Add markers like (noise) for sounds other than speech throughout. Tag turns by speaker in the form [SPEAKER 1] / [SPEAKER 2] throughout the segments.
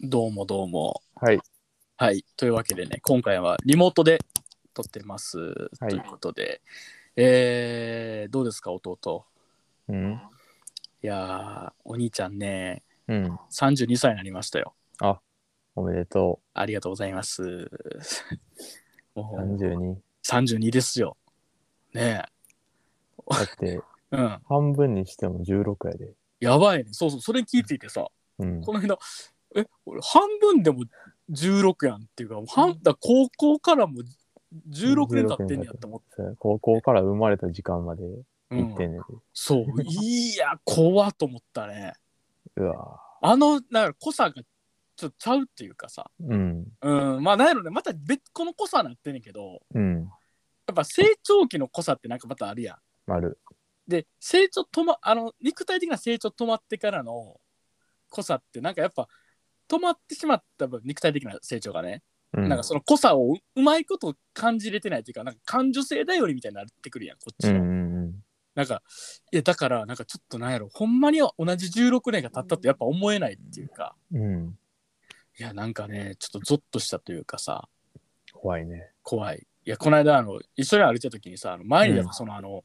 [SPEAKER 1] どうもどうも。
[SPEAKER 2] はい。
[SPEAKER 1] はい。というわけでね、今回はリモートで撮ってます。
[SPEAKER 2] はい
[SPEAKER 1] ということで、えー、どうですか、弟。
[SPEAKER 2] うん。
[SPEAKER 1] いやー、お兄ちゃんね、
[SPEAKER 2] うん。
[SPEAKER 1] 32歳になりましたよ。
[SPEAKER 2] おめでと
[SPEAKER 1] ありがとうございます。 (laughs)
[SPEAKER 2] う。
[SPEAKER 1] もう
[SPEAKER 2] 32。
[SPEAKER 1] 32ですよ。ね
[SPEAKER 2] だって、
[SPEAKER 1] え。うん。
[SPEAKER 2] 半分にしても16やで。
[SPEAKER 1] やばいね。そうそう、それ聞いていてさ、
[SPEAKER 2] うん。
[SPEAKER 1] この間、え、俺、半分でも16やんっていうか、半だ高校からも16年経ってんねやと思って。
[SPEAKER 2] そう高校から生まれた時間まで
[SPEAKER 1] う
[SPEAKER 2] 行
[SPEAKER 1] ん
[SPEAKER 2] ってんねんで。
[SPEAKER 1] そう、いや、怖っと思ったね。
[SPEAKER 2] うわ
[SPEAKER 1] あの、だから濃さがちょっとちゃうっていうかさ、
[SPEAKER 2] ぁうん。
[SPEAKER 1] うん、まあ、なんやろね、また別個の濃さなってんねんけど、
[SPEAKER 2] うん。
[SPEAKER 1] やっぱ成長期の濃さってなんかまたあるやん。
[SPEAKER 2] 丸。
[SPEAKER 1] で、成長止ま、あの、肉体的な成長止まってからの濃さって、なんかやっぱ、止まってしまった分、肉体的な成長がね、
[SPEAKER 2] うん。
[SPEAKER 1] なんかその濃さをううまいこと感じれてないというか、なんか感受性頼りみたいになってくるやん、こっ
[SPEAKER 2] う
[SPEAKER 1] ち
[SPEAKER 2] ん
[SPEAKER 1] は。
[SPEAKER 2] うんうん。
[SPEAKER 1] なんか、いや、だから、なんかちょっとなんやろ、ほんまには同じ16年が経ったとやっぱ思えないっていうか、
[SPEAKER 2] うん。
[SPEAKER 1] いや、なんかね、ちょっとゾッとしたというかさ、
[SPEAKER 2] 怖いね。
[SPEAKER 1] 怖い。いや、この間、あの、一緒に歩いてた時にさ、あの前にだからその、あの、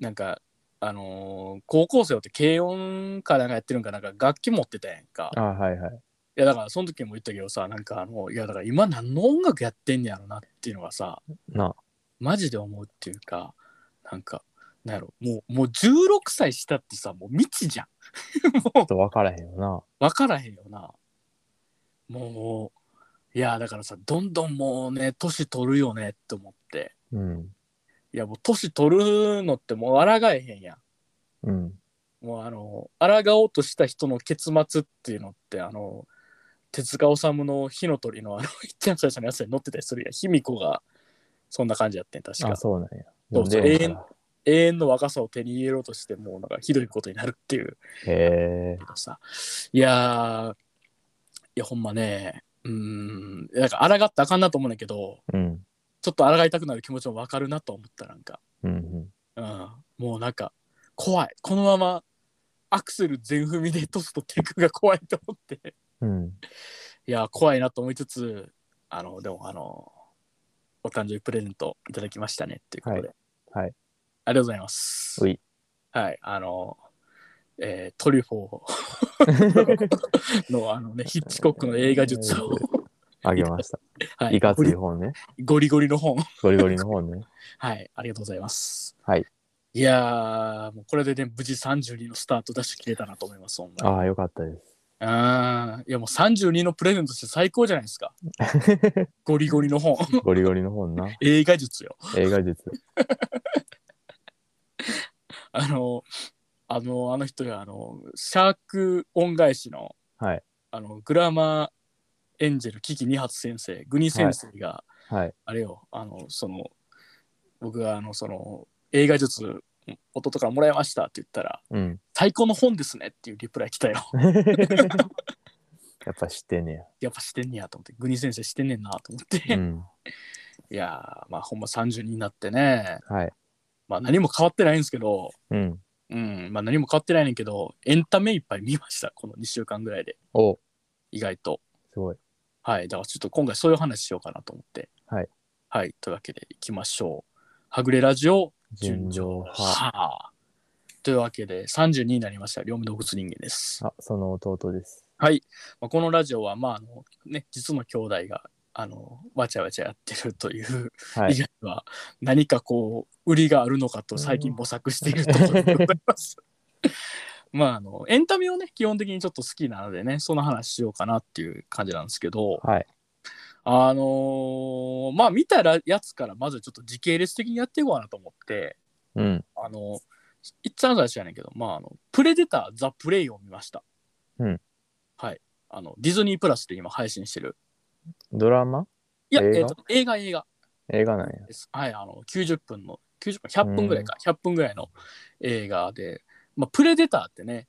[SPEAKER 1] なんか、あのー高校生って軽音かなんかやってるんか、なんか楽器持ってたやんか。
[SPEAKER 2] あはいはい。
[SPEAKER 1] いや、だから、その時も言ったけどさ、なんかあの、いや、だから今何の音楽やってんねやろなっていうのがさ、
[SPEAKER 2] な。
[SPEAKER 1] マジで思うっていうか、なんか、なんやろ、もう、もう16歳したってさ、もう未知じゃん。
[SPEAKER 2] ちょっと分からへんよ
[SPEAKER 1] 分からへんよなもういやだからさどんどんもうね年取るよねって思って
[SPEAKER 2] な。うん。
[SPEAKER 1] いやもう年取るのってもう抗えへんや
[SPEAKER 2] うん。
[SPEAKER 1] んもうあの抗おうとした人の結末っていうのってあの手塚治虫の火の鳥のあの一番最初のやつに載ってたりするやん卑弥呼がそんな感じやってん確
[SPEAKER 2] あ、
[SPEAKER 1] か
[SPEAKER 2] そうなんや。
[SPEAKER 1] そうそう
[SPEAKER 2] 読んでへんから
[SPEAKER 1] 永遠の若さを手に入れようとしてもうなんかひどいことになるっていう
[SPEAKER 2] へえ
[SPEAKER 1] け。どさいやーいやほんまねうーんなんか抗ったらあかんなと思うんだけど
[SPEAKER 2] うん。
[SPEAKER 1] ちょっと抗いたくなる気持ちもわかるなと思ったなんか、
[SPEAKER 2] うんう
[SPEAKER 1] う
[SPEAKER 2] ん。
[SPEAKER 1] ん、もうなんか怖いこのままアクセル全踏みでトスとテクが怖いと思って
[SPEAKER 2] うん。
[SPEAKER 1] いやー怖いなと思いつつあのでもあのお誕生日プレゼントいただきましたねっていうことで、
[SPEAKER 2] はいはい
[SPEAKER 1] ありがとうございます
[SPEAKER 2] うい。
[SPEAKER 1] はいあのえートリュフ
[SPEAKER 2] (laughs)
[SPEAKER 1] ォーのあのね、ヒッチコックの映画術を、
[SPEAKER 2] あげました。
[SPEAKER 1] はい
[SPEAKER 2] いかつ
[SPEAKER 1] ゴ
[SPEAKER 2] い
[SPEAKER 1] リ
[SPEAKER 2] 本ね。
[SPEAKER 1] ゴリゴリの本、
[SPEAKER 2] ゴリゴリの本ね。
[SPEAKER 1] はい、ありがとうございます。
[SPEAKER 2] はい。
[SPEAKER 1] いやー、もうこれでね、無事32のスタートダッシュ切れたなと思います、ほんまに
[SPEAKER 2] ああ、よかったです。
[SPEAKER 1] あーいや、もう32のプレゼントして最高じゃないです
[SPEAKER 2] (laughs)
[SPEAKER 1] か。ゴリゴリの本、
[SPEAKER 2] ゴリゴリの本な。
[SPEAKER 1] 映画術よ。
[SPEAKER 2] 映画術。
[SPEAKER 1] あの、あの、あの人が、あの、シャーク恩返しの、
[SPEAKER 2] はい
[SPEAKER 1] あの、グラマーエンジェル、キキ二発先生、グニ先生が、
[SPEAKER 2] はい。
[SPEAKER 1] あれよ、あの、その、僕が、あの、その、映画術、弟からもらいましたって言ったら、 (laughs)
[SPEAKER 2] うん。
[SPEAKER 1] 最高の本ですねっていうリプライ来たよ。 (laughs)
[SPEAKER 2] やっぱ知ってんね
[SPEAKER 1] やっぱしてんねやと思って、グニ先生してんねんなと思って。
[SPEAKER 2] や。うん。
[SPEAKER 1] いやー、まあ、ほんま32になってね、
[SPEAKER 2] はい。
[SPEAKER 1] まあ、何も変わってないんですけど、
[SPEAKER 2] うん。
[SPEAKER 1] うん、まあ、何も変わってないねんけど、エンタメいっぱい見ました、この2週間ぐらいで、
[SPEAKER 2] お
[SPEAKER 1] 意外と。
[SPEAKER 2] すごい。
[SPEAKER 1] はい、だからちょっと今回そういう話しようかなと思って。
[SPEAKER 2] はい。
[SPEAKER 1] はい、というわけで、いきましょう。はぐれラジオ純
[SPEAKER 2] 純
[SPEAKER 1] 情
[SPEAKER 2] 情
[SPEAKER 1] 派
[SPEAKER 2] 派。
[SPEAKER 1] というわけで、32になりました、両目動物人間です。
[SPEAKER 2] あ、その弟です。
[SPEAKER 1] はい。まあ、このラジオは、まあ、あの、ね、実の兄弟が、あの、わちゃわちゃやってるという、
[SPEAKER 2] は
[SPEAKER 1] 以
[SPEAKER 2] い。
[SPEAKER 1] 外は、何かこう、売りがあるのかと最近模索しているところでございます。まあ、あの、エンタメをね、基本的にちょっと好きなのでね、その話しようかなっていう感じなんですけど、
[SPEAKER 2] はい。
[SPEAKER 1] あのーまあ、見たらやつから、まずちょっと時系列的にやっていこうかなと思って、
[SPEAKER 2] うん。
[SPEAKER 1] あの、いっちゃん最初やねんけど、まあ、あの、プレデター・ザ・プレイを見ました。
[SPEAKER 2] うん。
[SPEAKER 1] はい。あの、ディズニープラスで今配信してる。
[SPEAKER 2] ドラマ
[SPEAKER 1] いや、
[SPEAKER 2] 映画
[SPEAKER 1] えっと、映画、映画
[SPEAKER 2] 映画なんや。
[SPEAKER 1] です。はい、あの、90分の、90分、100分ぐらいか、100分ぐらいの映画で、まあ、プレデターってね、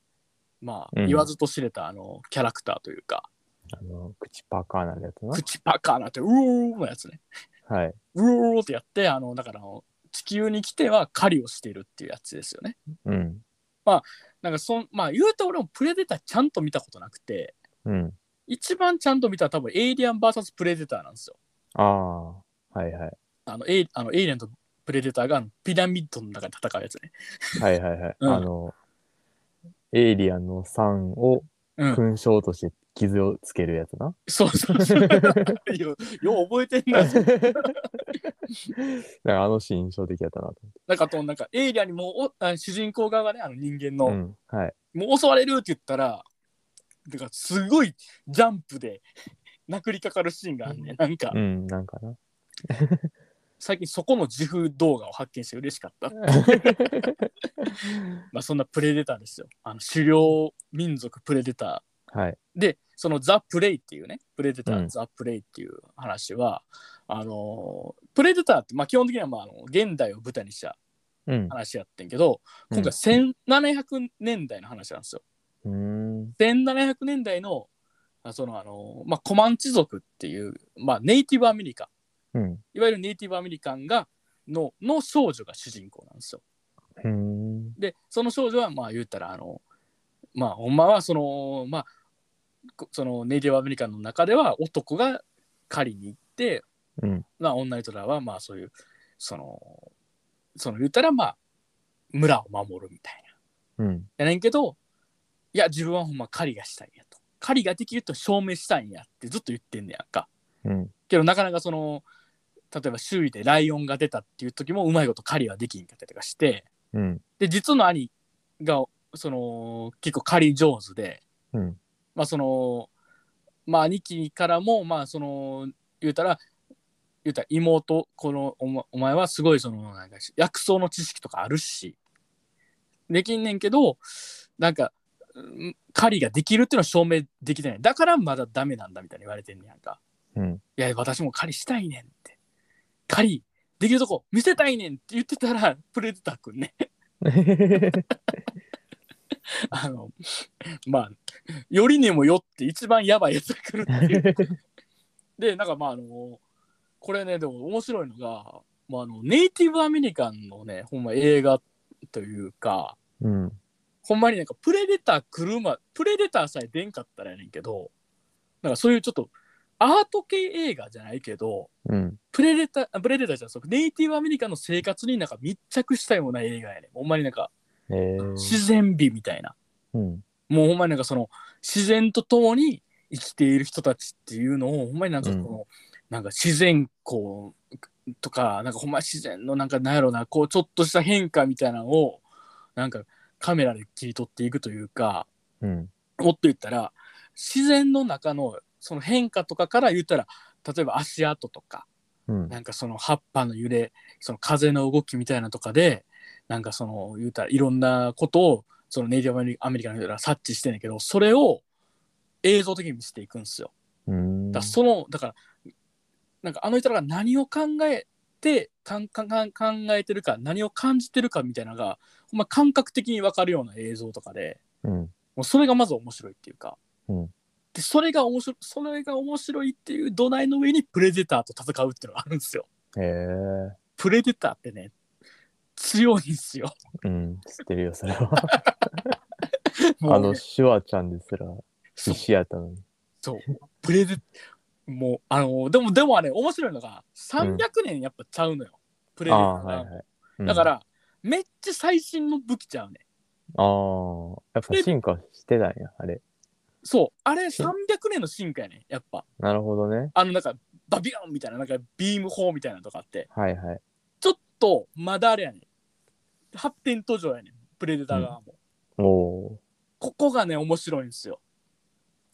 [SPEAKER 1] まあ、
[SPEAKER 2] うん
[SPEAKER 1] 言わずと知れた、あの、キャラクターというか、
[SPEAKER 2] あの、口パカーなるやつな。
[SPEAKER 1] 口パカーなって、うおーのやつね。
[SPEAKER 2] はい。
[SPEAKER 1] うおーってやって、あの、だからあの、地球に来ては狩りをしているっていうやつですよね。
[SPEAKER 2] うん。
[SPEAKER 1] なんかそん、まあ、言うと俺もプレデターちゃんと見たことなくて、
[SPEAKER 2] うん。
[SPEAKER 1] 一番ちゃんと見たら多分エイリアン VS プレデターなんですよ。
[SPEAKER 2] ああ、はいはい。
[SPEAKER 1] あのエイあのエイリアンとプレデターがピラミッドの中で戦うやつね。
[SPEAKER 2] はいはいはい。
[SPEAKER 1] うん
[SPEAKER 2] あの、エイリアンの酸を
[SPEAKER 1] うん。
[SPEAKER 2] 勲章として傷をつけるやつな。
[SPEAKER 1] そうそうそう。よよ (laughs) う覚えてんな。
[SPEAKER 2] だからあのシーン印象的やったなと
[SPEAKER 1] なんかあと、なんかエイリアンにもうおあ主人公側がね、あの人間の、
[SPEAKER 2] 思って。うん。はい。
[SPEAKER 1] もう襲われるって言ったら、だからすごいジャンプで (laughs) 殴りかかるシーンがあるねん。なんか
[SPEAKER 2] う、ん、なん
[SPEAKER 1] (laughs)
[SPEAKER 2] かな。
[SPEAKER 1] 最近そこの自負動画を発見して嬉しかった。まあそんなプレデターですよ。あの狩猟民族プレデター。
[SPEAKER 2] はい。
[SPEAKER 1] でそのザ・プレイっていうねプレデター、
[SPEAKER 2] うん
[SPEAKER 1] ザ・プレイっていう話はあのープレデターって、まあ、基本的にはまああの現代を舞台にした
[SPEAKER 2] うん。
[SPEAKER 1] 話やってんけど今回1700年代の話なんですよ。
[SPEAKER 2] うん。
[SPEAKER 1] 1700年代のあそのあのー、まあ、コマンチ族っていう、まあ、ネイティブアメリカン
[SPEAKER 2] うん。
[SPEAKER 1] いわゆるネイティブアメリカンがのの少女が主人公なんですよ。
[SPEAKER 2] うん。
[SPEAKER 1] でその少女はまあ言ったらあのまあほんまはそのまあこそのネイティブアメリカンの中では男が狩りに行って、
[SPEAKER 2] うん
[SPEAKER 1] まあ、女の人らはまあそういうそのその言ったらまあ村を守るみたいな。
[SPEAKER 2] うん。
[SPEAKER 1] やねんけどいや自分はほんま狩りがしたいんやと狩りができると証明したいんやってずっと言ってんねやんか。
[SPEAKER 2] うん。
[SPEAKER 1] けどなかなかその例えば周囲でライオンが出たっていう時もうまいこと狩りはできんかったりとかして。 (laughs)
[SPEAKER 2] うん。
[SPEAKER 1] で実の兄がその結構狩り上手で
[SPEAKER 2] うん。
[SPEAKER 1] まあそのまあ兄貴からもまあその言うたら言うたら妹このお,、お前はすごいそのなんか薬草の知識とかあるしできんねんけどなんかうん狩りができるっていうのは証明できてないだからまだダメなんだみたいに言われてんねやんか
[SPEAKER 2] うん。
[SPEAKER 1] いや私も狩りしたいねんって狩りできるとこ見せたいねんって言ってたらプレデターくんねあの、まあ、よりにもよって一番やばいやつが来るっていう。で、なんかまあ、あの、これね、でも面白いのが、まあ、あのネイティブアメリカンのね、ほんま映画というか、
[SPEAKER 2] うん。
[SPEAKER 1] ほんまになんかプレデター車、プレデターさえ出んかったらやねんけど、なんかそういうちょっとアート系映画じゃないけど、
[SPEAKER 2] うん。
[SPEAKER 1] プレデター、あプレデターじゃないそうネイティブアメリカンの生活になんか密着したような映画やねん。ほんまになんか
[SPEAKER 2] えー。
[SPEAKER 1] 自然美みたいな。
[SPEAKER 2] うん。
[SPEAKER 1] もうほんまになんかその自然とともに生きている人たちっていうのをほんまになんかこの、なんか自然光とかなんかほんま自然のなんかなんやろなこうちょっとした変化みたいなのをなんかカメラで切り取っていくというか
[SPEAKER 2] うん。
[SPEAKER 1] もっと言ったら自然の中のその変化とかから言ったら例えば足跡とか
[SPEAKER 2] うん。
[SPEAKER 1] なんかその葉っぱの揺れその風の動きみたいなとかでなんかその言うたらいろんなことをそのネイティブアメリアメリカの人らは察知してんねんけどそれを映像的に見せていくんですよ。
[SPEAKER 2] うん。
[SPEAKER 1] だからそのだからなんかあの人らが何を考えてかんかんかん考えてるか何を感じてるかみたいなのがほんま感覚的に分かるような映像とかで
[SPEAKER 2] うん。
[SPEAKER 1] もうそれがまず面白いっていうか。
[SPEAKER 2] うん
[SPEAKER 1] でそれが面白いそれが面白いっていう土台の上にプレデターと戦うっていうのがあるんですよ。
[SPEAKER 2] えー。
[SPEAKER 1] プレデターってね強いんすよ。
[SPEAKER 2] うん。知ってるよ、それは。
[SPEAKER 1] も
[SPEAKER 2] (laughs) (laughs) あ
[SPEAKER 1] うね
[SPEAKER 2] の、シュワちゃんですら
[SPEAKER 1] そう
[SPEAKER 2] 必死やったのに。
[SPEAKER 1] そうプレデもうあのでもでもあれ面白いのが300年やっぱちゃうのよ、プレデ
[SPEAKER 2] あ
[SPEAKER 1] タ
[SPEAKER 2] あ、
[SPEAKER 1] ーが、
[SPEAKER 2] はいはいうん。
[SPEAKER 1] だからめっちゃ最新の武器ちゃうね
[SPEAKER 2] ああ、やっぱ進化してたんや、あれ。
[SPEAKER 1] そうあれ300年の進化やねやっぱ
[SPEAKER 2] なるほどね。
[SPEAKER 1] あのなんかバビューンみたいななんかビーム砲みたいなのとかあって
[SPEAKER 2] はいはい。
[SPEAKER 1] ちょっとまだあれやね発展途上やねプレデター側も、
[SPEAKER 2] おお
[SPEAKER 1] ここがね、面白いんですよ。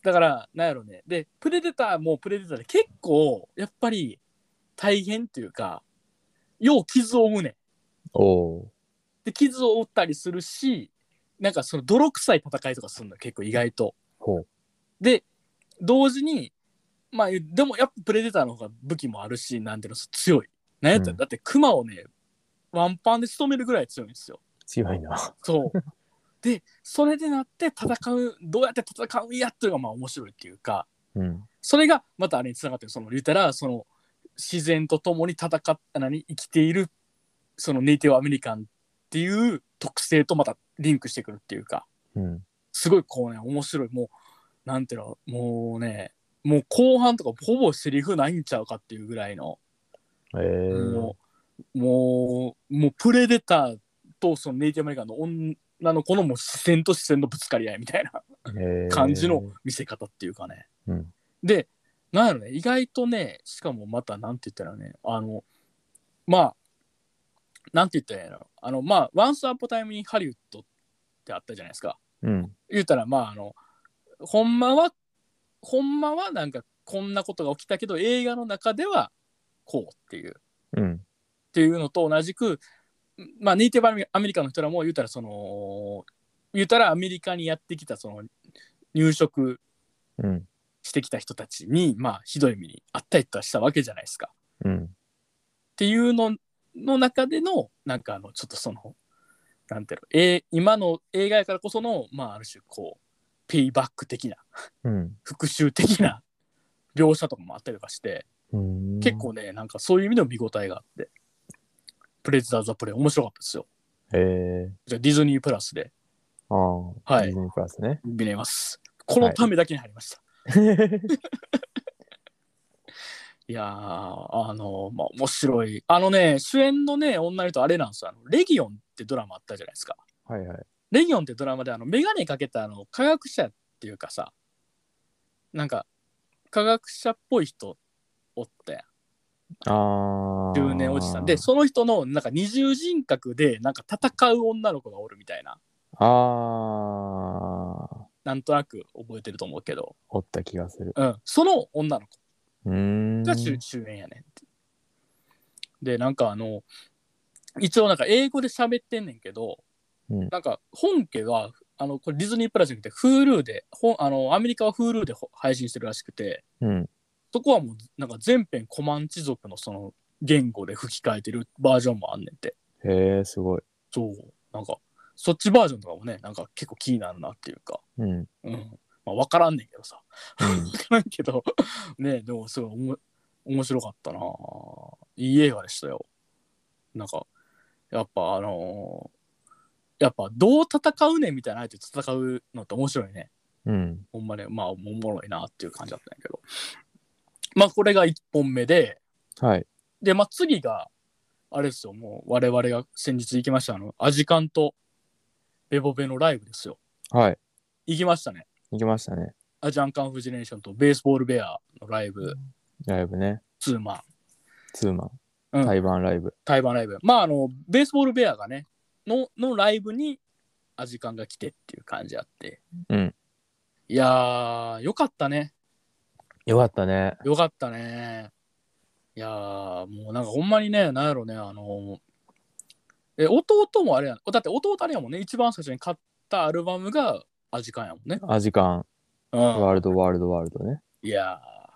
[SPEAKER 1] だから、なんやろね。で、プレデターもプレデターで結構、やっぱり大変っていうか、よう傷を負うねん。
[SPEAKER 2] ー。お
[SPEAKER 1] で、傷を負ったりするし、なんかその泥臭い戦いとかするの結構意外と。
[SPEAKER 2] ほう
[SPEAKER 1] で、同時に、まあ、でもやっぱプレデターの方が武器もあるし、なんていうの、強い。なんやったら、
[SPEAKER 2] うん
[SPEAKER 1] だってクマをね、ワンパンで仕留めるぐらい強いんですよ。
[SPEAKER 2] ー。強いな。 (laughs)
[SPEAKER 1] そう。で、それでなって戦う、どうやって戦うんやっていうのがまあ面白いっていうか、
[SPEAKER 2] うん。
[SPEAKER 1] それがまたあれにつながってる、その言うたら、その自然と共に戦ったなに生きている、そのネイティブアメリカンっていう特性とまたリンクしてくるっていうか、
[SPEAKER 2] うん。
[SPEAKER 1] すごいこうね、面白い、もう、なんていうの、もうね、もう後半とかほぼセリフないんちゃうかっていうぐらいの、
[SPEAKER 2] えー
[SPEAKER 1] もう、もう、もうプレデターとそのネイティブアメリカンの女の子のもう視線と視線のぶつかり合いみたいな。
[SPEAKER 2] えー
[SPEAKER 1] 感じの見せ方っていうかね。
[SPEAKER 2] うん
[SPEAKER 1] で、なんやろね、意外とね、しかもまた、なんて言ったらね、あの、まあ、なんて言ったらいいんやろ、あの、まあ、ワンスアポタイムにハリウッドってあったじゃないですか。
[SPEAKER 2] うん。
[SPEAKER 1] 言うたら、まあ、あの、ほんまは、ほんまはなんか、こんなことが起きたけど、映画の中ではこうっていう。
[SPEAKER 2] うん。
[SPEAKER 1] っていうのと同じく、まあ、ネイティブアメリカの人らも言うたらその言うたらアメリカにやってきたその入植
[SPEAKER 2] うん。
[SPEAKER 1] してきた人たちに、まあ、ひどい目にあったりとかしたわけじゃないですか。っ
[SPEAKER 2] うん。
[SPEAKER 1] ていうのの中でのなんかあのちょっとそのなんていうの、えー今の映画やからこその、まあ、ある種こうペイバック的な
[SPEAKER 2] うん。
[SPEAKER 1] 復讐的な描写とかもあったりとかして
[SPEAKER 2] うん。
[SPEAKER 1] 結。構ねなんかそういう意味でも見応えがあって「プレデター・ザ・プレイ」面白かったですよ。
[SPEAKER 2] えー
[SPEAKER 1] じゃあディズニープラスで
[SPEAKER 2] ああ。
[SPEAKER 1] はい
[SPEAKER 2] ディズニープラスね。
[SPEAKER 1] 見れます。このためだけに入りました。い、やー、あのまあ、面白い。あのね、主演のね、女の人、あれなんですよ。あのレギオンってドラマあったじゃないですか。
[SPEAKER 2] はいはい。
[SPEAKER 1] レギオンってドラマで、あの、メガネかけた、あの、科学者っていうかさ、なんか、科学者っぽい人おったやん。
[SPEAKER 2] ああ。
[SPEAKER 1] 中年おじさん。で、その人の、なんか、二重人格で、なんか、戦う女の子がおるみたいな、
[SPEAKER 2] ああ。
[SPEAKER 1] なんとなく覚えてると思うけど、
[SPEAKER 2] おった気がする。
[SPEAKER 1] うん、その女の子。
[SPEAKER 2] うーん。
[SPEAKER 1] が主主演やねんって。でなんかあの一応なんか英語で喋ってんねんけど、
[SPEAKER 2] うん
[SPEAKER 1] なんか本家はあのこれディズニープラスじゃなくて Hulu でほんあのアメリカは Hulu でほ配信してるらしくて
[SPEAKER 2] うん。
[SPEAKER 1] そこはもうなんか全編コマンチ族のその言語で吹き替えてるバージョンもあんねんて
[SPEAKER 2] へえ、すごい。
[SPEAKER 1] そうなんかそっちバージョンとかもねなんか結構気になるなっていうか、
[SPEAKER 2] うん。
[SPEAKER 1] うんまあ、分からんねんけどさわからんけど、 (laughs) ね、でもすごいおも面白かったなぁいい映画でしたよ。なんか、やっぱあのーやっぱどう戦うねんみたいな相手と戦うのって面白いね。
[SPEAKER 2] うん。
[SPEAKER 1] ほんまね、まあおもろいなっていう感じだったんやけど。まあこれが1本目で、
[SPEAKER 2] はい。
[SPEAKER 1] で、まあ次が、あれですよ、もう我々が先日行きました、あの、アジカンとベボベのライブですよ。
[SPEAKER 2] はい。
[SPEAKER 1] 行きましたね。
[SPEAKER 2] 行きましたね。
[SPEAKER 1] アジアンカンフジェネレーションとベースボールベアのライブ、
[SPEAKER 2] ライブね。
[SPEAKER 1] ツーマン。
[SPEAKER 2] ツーマン。
[SPEAKER 1] うん
[SPEAKER 2] 台湾ライブ。
[SPEAKER 1] 台湾ライブ。まあ、あの、ベースボールベアがね、の、のライブに、アジカンが来てっていう感じあって。
[SPEAKER 2] うん。
[SPEAKER 1] いやー、よかったね。
[SPEAKER 2] よかったね。
[SPEAKER 1] よかったね。いやー、もうなんかほんまにね、なんやろね、あの、え、弟もあれやん。だって弟あれやもんね、一番最初に買ったアルバムがアジカンやもんね。
[SPEAKER 2] アジカン、
[SPEAKER 1] うん。
[SPEAKER 2] ワールド、ワールド、ワールドね。
[SPEAKER 1] いやー、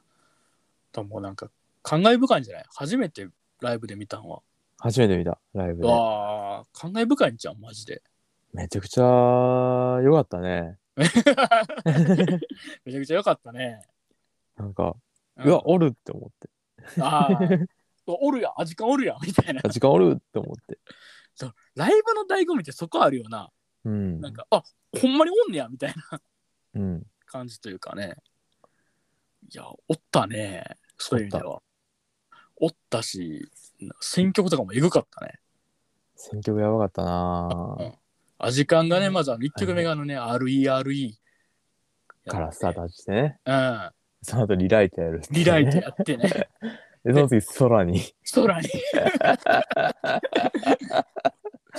[SPEAKER 1] ともうなんか、感慨深いんじゃない初めてライブで見たんは。
[SPEAKER 2] 初めて見た、ライブで。
[SPEAKER 1] わー、感慨深いんじゃん、マジで。
[SPEAKER 2] めちゃくちゃ良かったね。
[SPEAKER 1] めちゃくちゃ良かったね。
[SPEAKER 2] なんか、
[SPEAKER 1] うん
[SPEAKER 2] うわ、おるって思って。
[SPEAKER 1] あ
[SPEAKER 2] (laughs)
[SPEAKER 1] ーおるやん、アジカンおるやん、みたいな。
[SPEAKER 2] アジカンおるって思って。
[SPEAKER 1] ライブの醍醐味ってそこあるよな。
[SPEAKER 2] うん。
[SPEAKER 1] なんか、あほんまにおんねや、みたいな
[SPEAKER 2] うん。
[SPEAKER 1] 感じというかね。いや、おったね。そういう意味では。おったし、選曲とかもえぐかったね。
[SPEAKER 2] 選曲やばかったな
[SPEAKER 1] (laughs)
[SPEAKER 2] ぁ
[SPEAKER 1] アジカンがね、まずあの1曲目があのね、RERE。
[SPEAKER 2] からスタートしてね。
[SPEAKER 1] うん。
[SPEAKER 2] その後リライトやるっていうね、
[SPEAKER 1] リライトやってね。
[SPEAKER 2] (laughs) で、その次空に。
[SPEAKER 1] 空
[SPEAKER 2] (laughs)
[SPEAKER 1] に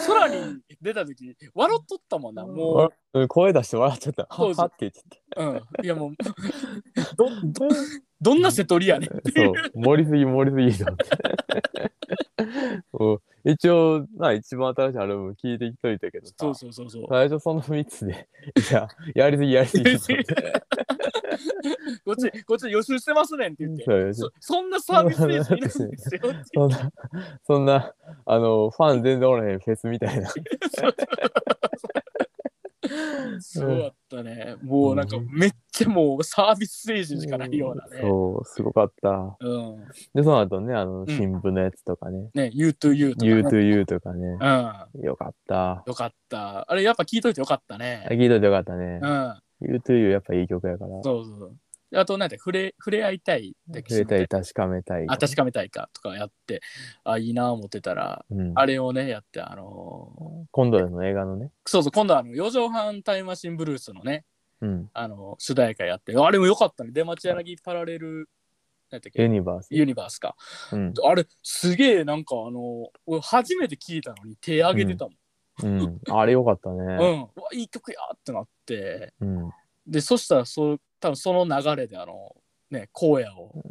[SPEAKER 1] 空に出た時笑っとったもんなも
[SPEAKER 2] うん声出して笑っちゃった。
[SPEAKER 1] そう
[SPEAKER 2] は
[SPEAKER 1] そう
[SPEAKER 2] はって言ってた。
[SPEAKER 1] う、うん、いやもうどどどんな瀬戸りやねん
[SPEAKER 2] そう、盛りすぎ盛りすぎと思
[SPEAKER 1] (laughs)
[SPEAKER 2] って。そう一応、な、一番新しいアルバム聞いてきといたけどさ。
[SPEAKER 1] そうそうそうそう
[SPEAKER 2] 最初その3つで、いや、やりすぎやりすぎと思って。
[SPEAKER 1] こっちこっち予習してますねんって (laughs) 言って
[SPEAKER 2] そう
[SPEAKER 1] そそんなサービス精神いらんですよって
[SPEAKER 2] そんな、そんな、あの、ファン全然おらへんフェスみたいな。
[SPEAKER 1] そうだったねもうなんかめっちゃもうサービス精神しかないようなね
[SPEAKER 2] そう、すごかった。
[SPEAKER 1] うん
[SPEAKER 2] で、その後ね、あの、
[SPEAKER 1] ん
[SPEAKER 2] 新聞のやつとかね、
[SPEAKER 1] ね You to You とかね
[SPEAKER 2] You to You とかね
[SPEAKER 1] う、ん
[SPEAKER 2] よかった。
[SPEAKER 1] よかったあれやっぱ聞いといてよかったね
[SPEAKER 2] 聞いといてよかったね
[SPEAKER 1] う。ん。
[SPEAKER 2] 言うというやっぱいい曲やから。
[SPEAKER 1] そうそうそうあとなんだっけ触れ触れ合いたいだっけ
[SPEAKER 2] 触れたい、確かめたい。
[SPEAKER 1] あ確かめたいかとかやってあいいな思ってたら
[SPEAKER 2] うん、
[SPEAKER 1] あれをねやってあの
[SPEAKER 2] 今度の映画のね。
[SPEAKER 1] ーそうそう今度はあの4畳半タイムマシンブルースのね
[SPEAKER 2] うん。
[SPEAKER 1] あの主題歌やってあれも良かったね出町柳パラレルなんだっ
[SPEAKER 2] ユ
[SPEAKER 1] け
[SPEAKER 2] ニバース。
[SPEAKER 1] ユニバースか
[SPEAKER 2] うん。
[SPEAKER 1] あれすげえなんかあの俺初めて聞いたのに手挙げてたもん
[SPEAKER 2] うん。あれよかった
[SPEAKER 1] う
[SPEAKER 2] ね。
[SPEAKER 1] ん、うわいい曲やーってなって
[SPEAKER 2] うん。
[SPEAKER 1] でそしたらそう多分その流れであのね荒野を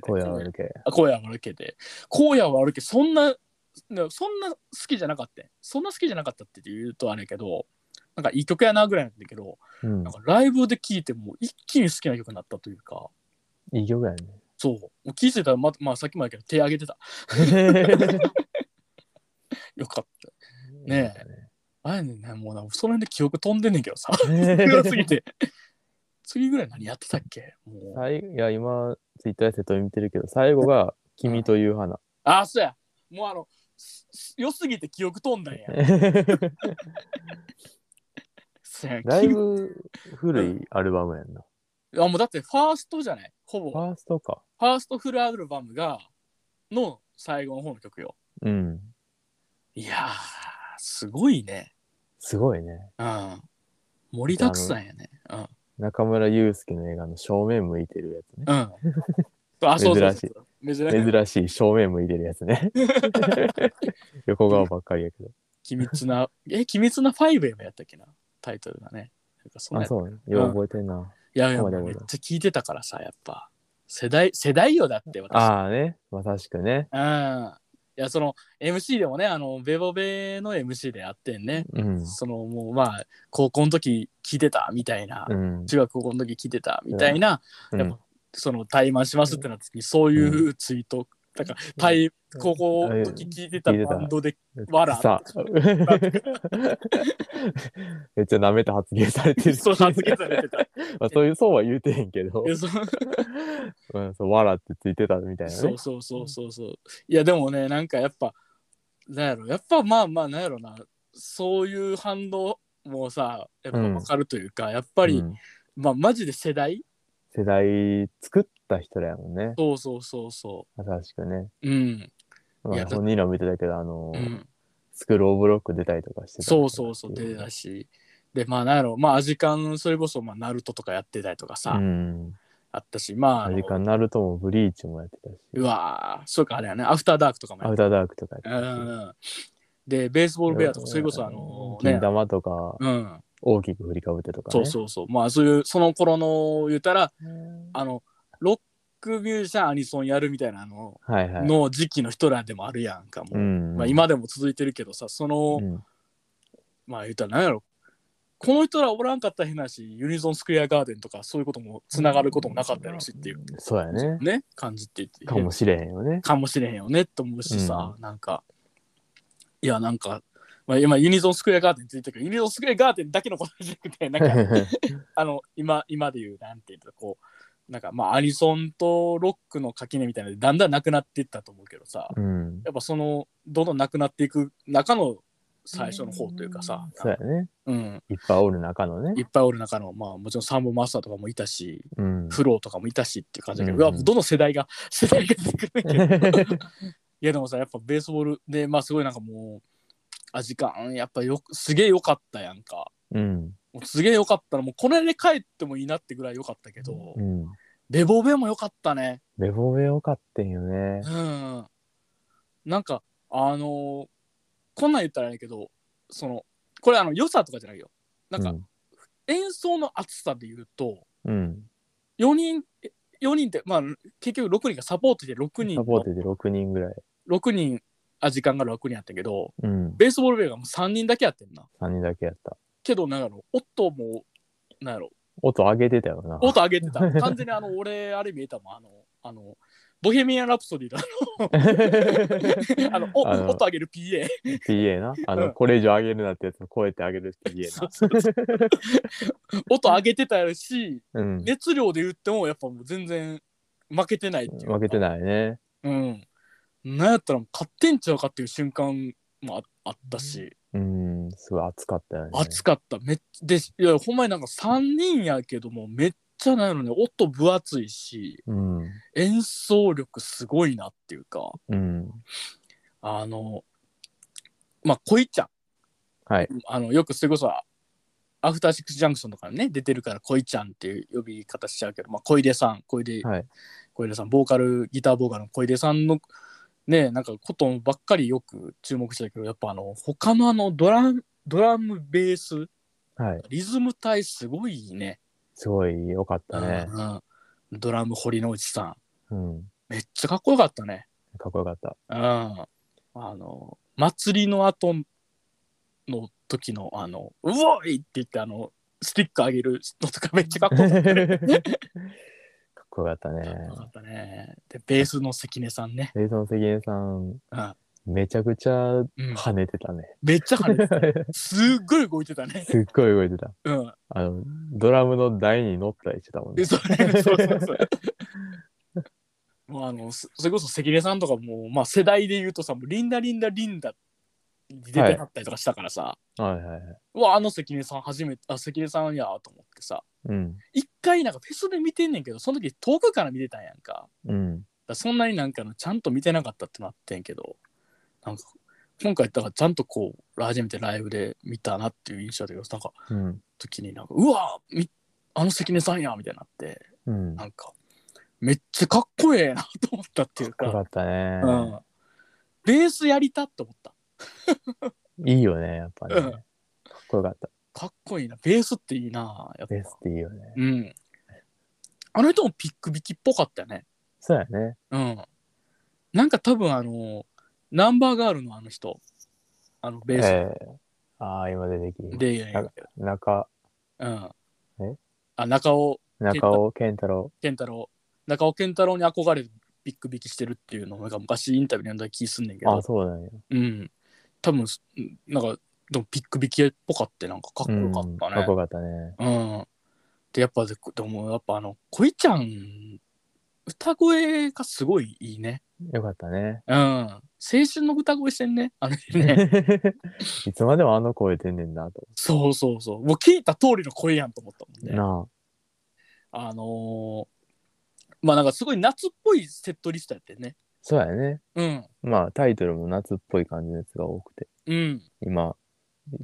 [SPEAKER 2] 声を歩け。
[SPEAKER 1] あ荒野を歩けで荒野を歩けそんななそんな好きじゃなかったそんな好きじゃなかったって言うとあれやけどなんかいい曲やなぐらいなんだけど
[SPEAKER 2] うん
[SPEAKER 1] なん。かライブで聴いてもう一気に好きな曲になったというか
[SPEAKER 2] いい曲やね。
[SPEAKER 1] そうもう聴いてたらままあさっきもやけど手挙げてたよかった (laughs) ねあれねんなもうなその辺で記憶飛んでんねんけどさ強すぎて次ぐらい何やってたっけもう
[SPEAKER 2] (laughs) 最いや、今、ツイッターで瀬戸に見てるけど、最後が、君とい
[SPEAKER 1] (laughs)
[SPEAKER 2] う花。
[SPEAKER 1] あそうやもうあのすす良すぎて記憶飛んだんやそうや
[SPEAKER 2] だいぶ古いアルバムやんな。
[SPEAKER 1] あもうだってファーストじゃないほぼ
[SPEAKER 2] ファーストか。
[SPEAKER 1] ファーストフルアルバムがの最後の方の曲よ
[SPEAKER 2] うん。
[SPEAKER 1] いやーすごいね
[SPEAKER 2] すごいね。
[SPEAKER 1] うん盛りだくさんやねうん
[SPEAKER 2] 中村祐介の映画の正面向いてるや
[SPEAKER 1] うんあそうそう
[SPEAKER 2] 珍しい
[SPEAKER 1] 珍しい
[SPEAKER 2] つね。珍しい正面向いてるやつ
[SPEAKER 1] (laughs)
[SPEAKER 2] ね。横顔ばっかりやけど。
[SPEAKER 1] 機密な、 (laughs) え、機密な 5M やったっけなタイトルがね。なんかそんな
[SPEAKER 2] あ、
[SPEAKER 1] やつい
[SPEAKER 2] そうね。よう覚えてんな。
[SPEAKER 1] やいや、
[SPEAKER 2] そうだ
[SPEAKER 1] めっ
[SPEAKER 2] そうだ
[SPEAKER 1] ちゃ聞いてたからさ、やっぱ。世代、世代よだって私。
[SPEAKER 2] ああね。まさしくね。
[SPEAKER 1] うん。いや、その MC でもね、あの、ベボベの MC でやってんね。
[SPEAKER 2] うん。
[SPEAKER 1] そのもうまあ、高校の時聞いてたみたいな、
[SPEAKER 2] うん。
[SPEAKER 1] 中学高校の時聞いてたみたいな、
[SPEAKER 2] う
[SPEAKER 1] やっ
[SPEAKER 2] ん
[SPEAKER 1] ぱその対マンしますってなった時に、そういうツイート、だから、対、高校の時聞いてた
[SPEAKER 2] 聞いてた
[SPEAKER 1] バンドで、わら
[SPEAKER 2] さ
[SPEAKER 1] (laughs)
[SPEAKER 2] めっちゃ舐めた発言されてる。
[SPEAKER 1] そう発言されてた。
[SPEAKER 2] まあ、そういうそうは言うてへんけど、
[SPEAKER 1] えそう
[SPEAKER 2] うん、そうわらってついてたみたいなね。
[SPEAKER 1] そうそうそうそうそう。いやでもねなんかやっぱなんやろやっぱまあまあなんやろなそういう反応もさやっぱ分かるというか、やっぱり、
[SPEAKER 2] うん
[SPEAKER 1] まあマジで世代
[SPEAKER 2] 世代作った人らやもんね。
[SPEAKER 1] そうそうそうそ
[SPEAKER 2] まさしくね。
[SPEAKER 1] う。うん。い
[SPEAKER 2] ま
[SPEAKER 1] や
[SPEAKER 2] あ、
[SPEAKER 1] だ
[SPEAKER 2] 本人らも見てたけど、あの、
[SPEAKER 1] うん、
[SPEAKER 2] スクローブロック出たりとかしてた
[SPEAKER 1] そうそうそう出て
[SPEAKER 2] た
[SPEAKER 1] たし。でまあなんやろまあアジカンそれこそまあナルトとかやってたりとかさ、
[SPEAKER 2] うん。
[SPEAKER 1] あったしまああ
[SPEAKER 2] ア
[SPEAKER 1] の
[SPEAKER 2] ジカン、ナルトもブリーチもやってたし、
[SPEAKER 1] うわーそうかあれやねアフターダークとかも
[SPEAKER 2] ア
[SPEAKER 1] やっ
[SPEAKER 2] ウ
[SPEAKER 1] て
[SPEAKER 2] ターダークとかやって
[SPEAKER 1] た。う
[SPEAKER 2] たし、
[SPEAKER 1] ん。でベースボールベアとかそれこそあの
[SPEAKER 2] 銀
[SPEAKER 1] ね。
[SPEAKER 2] 玉とか、
[SPEAKER 1] うん
[SPEAKER 2] 大きく振りかぶってとか、ね。
[SPEAKER 1] そうそうそう。まあそういう、その頃の言ったら、
[SPEAKER 2] うん。
[SPEAKER 1] あの、ロックミュージシャンアニソンやるみたいなの
[SPEAKER 2] はいはい。
[SPEAKER 1] の時期の人らでもあるやんかもう。
[SPEAKER 2] うん、
[SPEAKER 1] まあ、今でも続いてるけどさ、その、
[SPEAKER 2] うん
[SPEAKER 1] まあ言ったら何やろ。この人らおらんかったら変なし、ユニゾンスクエアガーデンとかそういうこともつながることもなかったやろしっていう、
[SPEAKER 2] そうやね。
[SPEAKER 1] ね、感じって言って。
[SPEAKER 2] かもしれへん
[SPEAKER 1] (laughs)
[SPEAKER 2] よね。
[SPEAKER 1] かもしれへんよねと思うしさ、なんかいやなんか、まあ、今ユニゾンスクエアガーデンついてるけどユニゾンスクエアガーデンだけのことじゃなくてなんかあの今今で言うなんていうのこうなんかまあアニソンとロックの垣根みたいなのでだんだんなくなっていったと思うけどさ
[SPEAKER 2] うん。
[SPEAKER 1] やっぱそのどんどんなくなっていく中の最初の方というかさ、
[SPEAKER 2] そうやね。
[SPEAKER 1] うん、
[SPEAKER 2] いっぱいおる中のね
[SPEAKER 1] い。っぱいおる中のまあもちろんサンボマスターとかもいたし
[SPEAKER 2] うん。
[SPEAKER 1] フローとかもいたしっていう感じだけど、
[SPEAKER 2] うんうん
[SPEAKER 1] うわどの世代が (laughs) 世代が出てくるんやけど。いやでもさやっぱベースボールでまあすごいなんかもうあ時間やっぱよくすげえ良かったやんか
[SPEAKER 2] (laughs) うん。
[SPEAKER 1] もうすげえ良かったらもうこれで帰ってもいいなってぐらい良かったけど、
[SPEAKER 2] うん。
[SPEAKER 1] ベボベも良かったね
[SPEAKER 2] ベボベよかってんよね
[SPEAKER 1] う。んなんかあのーこんなん言ったらあれやけどそのこれあの良さとかじゃないよなんか演奏の厚さで言うと
[SPEAKER 2] うん。
[SPEAKER 1] 4人4人ってまあ結局6人がサポートで6
[SPEAKER 2] うん。
[SPEAKER 1] 人
[SPEAKER 2] サポートで6人ぐらい。
[SPEAKER 1] 6人あ時間が6人やったけど
[SPEAKER 2] うん。
[SPEAKER 1] ベースボールベイがもう3人だけやってんな
[SPEAKER 2] 3人だけやった。
[SPEAKER 1] けど、なんやろ、音も、なんやろ、
[SPEAKER 2] 音上げてたよな。
[SPEAKER 1] 音上げて
[SPEAKER 2] (laughs)
[SPEAKER 1] た。完全にあの、俺、あれ見えたもん、あの、あの、ボヘミアン・ラプソディ
[SPEAKER 2] (laughs)
[SPEAKER 1] だ。あの、お
[SPEAKER 2] あの
[SPEAKER 1] 音上げる PA。
[SPEAKER 2] PA な。あ
[SPEAKER 1] う
[SPEAKER 2] の、
[SPEAKER 1] ん
[SPEAKER 2] これ以上上げるなってやつを超えて上げる PA
[SPEAKER 1] そうそうそう音上げてたやろし、
[SPEAKER 2] な。うん。
[SPEAKER 1] 熱量で言っても、やっぱもう全然負けてないっていうか。
[SPEAKER 2] 負けてないね。
[SPEAKER 1] うん。なんやったらもう勝ってんちゃうかっていう瞬間もああったし、
[SPEAKER 2] うん、すごい暑かったよね。
[SPEAKER 1] 暑かった。めっちゃ、で、いや、ほんまになんか3人やけども、めっちゃなのね、音分厚いし、
[SPEAKER 2] うん。
[SPEAKER 1] 演奏力すごいなっていうか、
[SPEAKER 2] うん。
[SPEAKER 1] あの、まあ、こいちゃん。
[SPEAKER 2] はい。
[SPEAKER 1] あの、よくそれこそ、アフターシックスジャンクションとかにね、出てるから、こいちゃんっていう呼び方しちゃうけど、まあ、小出さん、小出、
[SPEAKER 2] はい
[SPEAKER 1] 小出さん、ボーカル、ギターボーカルの小出さんの、ね、なんかことばっかりよく注目してたけど、やっぱあの、他のあの、ドラム、ドラム、ベース、
[SPEAKER 2] はい。
[SPEAKER 1] リズム体すごいね。
[SPEAKER 2] すごい良かったね。
[SPEAKER 1] うんうん、ドラム、堀之内さん。
[SPEAKER 2] うん。
[SPEAKER 1] めっちゃかっこよかったね。
[SPEAKER 2] かっこよかった。
[SPEAKER 1] うん。あの、祭りの後の時の、あの、うおいって言って、あの、スティックあげるのとかめっちゃかっこよかっ
[SPEAKER 2] かっこよかったね。
[SPEAKER 1] たよかったね。で、ベースの関根さんね。
[SPEAKER 2] レイソン関根さん
[SPEAKER 1] うん、
[SPEAKER 2] めちゃくちゃ
[SPEAKER 1] うん、
[SPEAKER 2] 跳ねてたね。
[SPEAKER 1] めっちゃ跳ねてた。すっごい動いてたね。
[SPEAKER 2] すっごい動いてた。
[SPEAKER 1] うん。
[SPEAKER 2] あの、ドラムの台に乗ったりしてたもん
[SPEAKER 1] で。
[SPEAKER 2] ね
[SPEAKER 1] それそうそうそう。もうあのそそれこそ関根さんとかも、まあ、世代で言うとさ「もうリンダリンダリンダ」に出てはったりとかしたからさ、
[SPEAKER 2] はいはいはい。
[SPEAKER 1] うわあの関根さん初めてあ関根さんやと思ってさ
[SPEAKER 2] うん。
[SPEAKER 1] 一回なんかフェスで見てんねんけどその時遠くから見てたんやんかだか
[SPEAKER 2] うん。
[SPEAKER 1] らそんなになんかのちゃんと見てなかったってなってんけどなんか今回だからちゃんとこう初めてライブで見たなっていう印象だけどなんか
[SPEAKER 2] うん。
[SPEAKER 1] 時になんかうわみあの関根さんやみたいになって
[SPEAKER 2] うん。か
[SPEAKER 1] なんかめっちゃかっこええなと思ったっていう
[SPEAKER 2] っこよ
[SPEAKER 1] か
[SPEAKER 2] かった
[SPEAKER 1] う
[SPEAKER 2] ね。
[SPEAKER 1] ん、ベースやりたって思った
[SPEAKER 2] いいよね、やっぱね。
[SPEAKER 1] うん
[SPEAKER 2] かっこよかった。
[SPEAKER 1] かっこいいなベースっていいなやっぱ
[SPEAKER 2] ベースっていいよね。
[SPEAKER 1] うん。あの人もピック引きっぽかったよね。
[SPEAKER 2] そうやね。
[SPEAKER 1] うん。なんか多分あの、ナンバーガールのあの人、あのベー
[SPEAKER 2] えーああ、今出てき
[SPEAKER 1] ス
[SPEAKER 2] て。
[SPEAKER 1] で、
[SPEAKER 2] なんか中、
[SPEAKER 1] うん。
[SPEAKER 2] え
[SPEAKER 1] あ、中尾
[SPEAKER 2] 中尾健太郎。
[SPEAKER 1] 健太郎、中尾健太郎に憧れてピック引きしてるっていうのが昔インタビューに読んだ気すんねんけ
[SPEAKER 2] あ
[SPEAKER 1] ど、
[SPEAKER 2] そうなんや。
[SPEAKER 1] うん。多分、うんなんか、でもピック引きっぽかってなんかかっこよかっ
[SPEAKER 2] うん
[SPEAKER 1] た
[SPEAKER 2] かっ
[SPEAKER 1] ね
[SPEAKER 2] こ。よかったね。
[SPEAKER 1] うん。で、やっぱ、ででも、やっぱ、あの、こいちゃん、歌声がすごいいいね。
[SPEAKER 2] よかったね。
[SPEAKER 1] うん。青春の歌声してんね。あの人ね。
[SPEAKER 2] いつまでもあの声出んねんなと。
[SPEAKER 1] そうそうそう。もう聞いた通りの声やんと思ったもんね。
[SPEAKER 2] な
[SPEAKER 1] あのーまあなんかすごい夏っぽいセットリストやってんね。
[SPEAKER 2] あ、そうやね。
[SPEAKER 1] うん。
[SPEAKER 2] まあ、タイトルも夏っぽい感じのやつが多くて。
[SPEAKER 1] うん。
[SPEAKER 2] 今、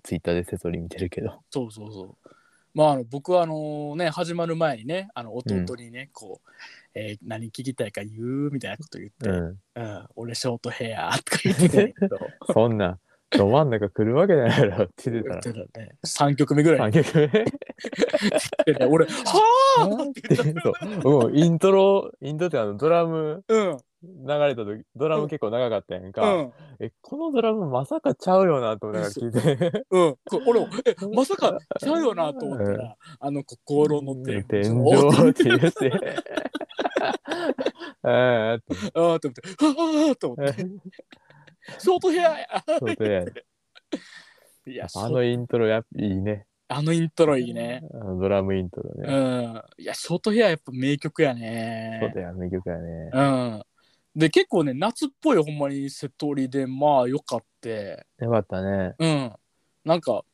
[SPEAKER 2] ツイッターでセソリ見てるけど。
[SPEAKER 1] そうそうそう。まあ、あの僕はあのね始まる前にねあの弟にね、こう、えー何聞きたいか言うみたいなこと言って「
[SPEAKER 2] う
[SPEAKER 1] うん
[SPEAKER 2] ん。
[SPEAKER 1] 俺ショートヘア」とか言ってたんやけど
[SPEAKER 2] そんな、ど真ん中来るわけないやろって言ってた
[SPEAKER 1] 言 (laughs) っ
[SPEAKER 2] ら
[SPEAKER 1] てたね3曲目ぐらい
[SPEAKER 2] あ。逆に
[SPEAKER 1] でね俺「はあ!」って言っちゃった。
[SPEAKER 2] (laughs) そう、うんイントロ、イントロってあのドラム
[SPEAKER 1] うん、
[SPEAKER 2] 流れた時、ドラム結構長かったやん
[SPEAKER 1] う
[SPEAKER 2] か。
[SPEAKER 1] ん
[SPEAKER 2] え、このドラムまさかちゃうよなと思いながら聞いて。
[SPEAKER 1] うん、こ俺もえまさかちゃうよなと思ったら、あの心の天井
[SPEAKER 2] (laughs) 天井
[SPEAKER 1] おー
[SPEAKER 2] って言って。 (laughs) ああ、
[SPEAKER 1] (laughs) あーと思って「はあ!」と思って「ショートヘアや!
[SPEAKER 2] そうで、」
[SPEAKER 1] いや
[SPEAKER 2] あ
[SPEAKER 1] あの
[SPEAKER 2] のイントロやっぱいいね。
[SPEAKER 1] あのイントロいいね。
[SPEAKER 2] あのドラムイントロ
[SPEAKER 1] う
[SPEAKER 2] ね。
[SPEAKER 1] んいやショートヘアやっぱ名曲や
[SPEAKER 2] そう
[SPEAKER 1] ね
[SPEAKER 2] だよ、名曲やね。
[SPEAKER 1] うんで結構ね夏っぽいほんまにセトリでまあよかって
[SPEAKER 2] よかったね。
[SPEAKER 1] うんなんか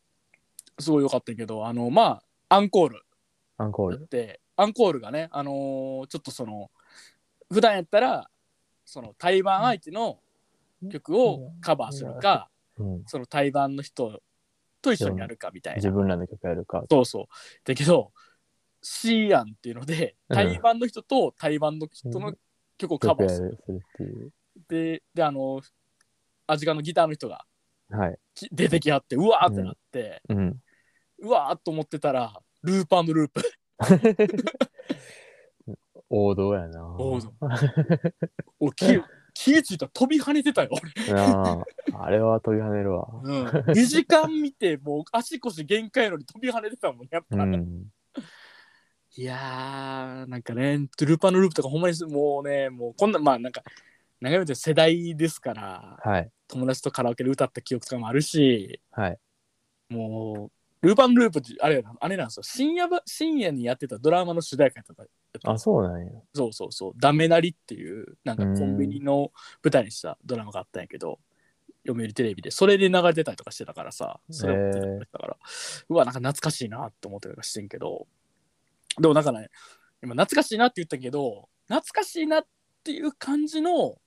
[SPEAKER 1] すごいよかったけどあのまあアンコール
[SPEAKER 2] アンコー
[SPEAKER 1] だっ
[SPEAKER 2] ル。
[SPEAKER 1] てアンコールがね、あのーちょっとその普段やったらその対バン相手の曲をカバーするか、
[SPEAKER 2] うん。
[SPEAKER 1] その対バンの人と一緒にやるかみたいな、
[SPEAKER 2] 自分らの曲やるか。
[SPEAKER 1] そうそうだけど C 案っていうので
[SPEAKER 2] うん
[SPEAKER 1] 対バンの人と対バンの人の曲をカ
[SPEAKER 2] 曲
[SPEAKER 1] バー
[SPEAKER 2] や
[SPEAKER 1] する、
[SPEAKER 2] るするっていう。
[SPEAKER 1] でであのアジカのギターの人が
[SPEAKER 2] はい。
[SPEAKER 1] き出てきはってうわーってなって、
[SPEAKER 2] うん。
[SPEAKER 1] うわーっと思ってたらルーパーのループ
[SPEAKER 2] 王道やな。
[SPEAKER 1] 王道お気気ぃついたら飛び跳ねてたよ
[SPEAKER 2] (laughs) なあ、あれは飛び跳ねるわ。
[SPEAKER 1] うん、2時
[SPEAKER 2] (laughs)
[SPEAKER 1] 間見てもう足腰限界のに飛び跳ねてたもんねやっぱ、
[SPEAKER 2] うん。
[SPEAKER 1] いやーなんかねトゥルーパーのループとかほんまにもうねもうこんなまあなんか長い目で世代ですから
[SPEAKER 2] はい。
[SPEAKER 1] 友達とカラオケで歌った記憶とかもあるし
[SPEAKER 2] はい。
[SPEAKER 1] もうルーパーのループってあれやなあれなんですよ深夜ば深夜にやってたドラマの主題歌とかやった
[SPEAKER 2] あ、そうなんや。
[SPEAKER 1] そうそうそう「ダメなり」っていうなんかコンビニの舞台にしたドラマがあったんやけど読売テレビで、それで流れてたりとかしてたからさ、それも
[SPEAKER 2] へえ
[SPEAKER 1] テレビでやってたから、うわ、なんか懐かしいなって思ったりとかしてんけど、でもなんかね、今懐かしいなって言ったけど、懐かしいなっていう感じの、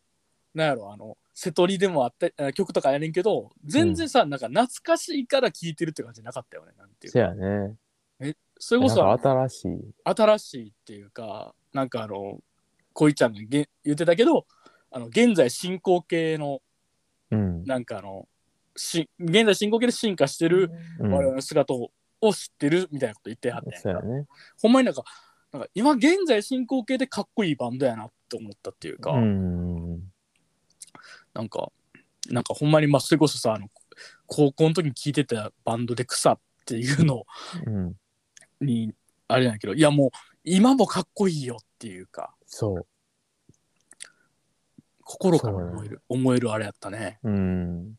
[SPEAKER 1] なんやろ、あの、瀬戸りでもあったあ曲とかやねんけど、全然さ、なんか懐かしいから聴いてるって感じなかったよね、なんていう
[SPEAKER 2] せ
[SPEAKER 1] か。
[SPEAKER 2] やね。
[SPEAKER 1] それ
[SPEAKER 2] な
[SPEAKER 1] こ
[SPEAKER 2] ん
[SPEAKER 1] そあの
[SPEAKER 2] か新しい。
[SPEAKER 1] 新しいっていうかなんかあのこいちゃんがげ言ってたけどあの現在進行形の
[SPEAKER 2] うん。
[SPEAKER 1] なんかあのし現在進行形で進化してる
[SPEAKER 2] うん
[SPEAKER 1] 我々の姿を,、知ってるみたいなこと言ってはって、
[SPEAKER 2] そうやね。
[SPEAKER 1] ほんまになんかなんか今現在進行形でかっこいいバンドやなって思ったっていうか、
[SPEAKER 2] うん。
[SPEAKER 1] なんかなんかほんまにまあそれこそさあの高校の時に聴いてたバンドで草っていうの
[SPEAKER 2] うん。
[SPEAKER 1] にあれなんやけどいやもう今もかっこいいよっていうか
[SPEAKER 2] そ
[SPEAKER 1] 心から
[SPEAKER 2] そうね
[SPEAKER 1] 思える、思えるあれやったね。
[SPEAKER 2] う。うん。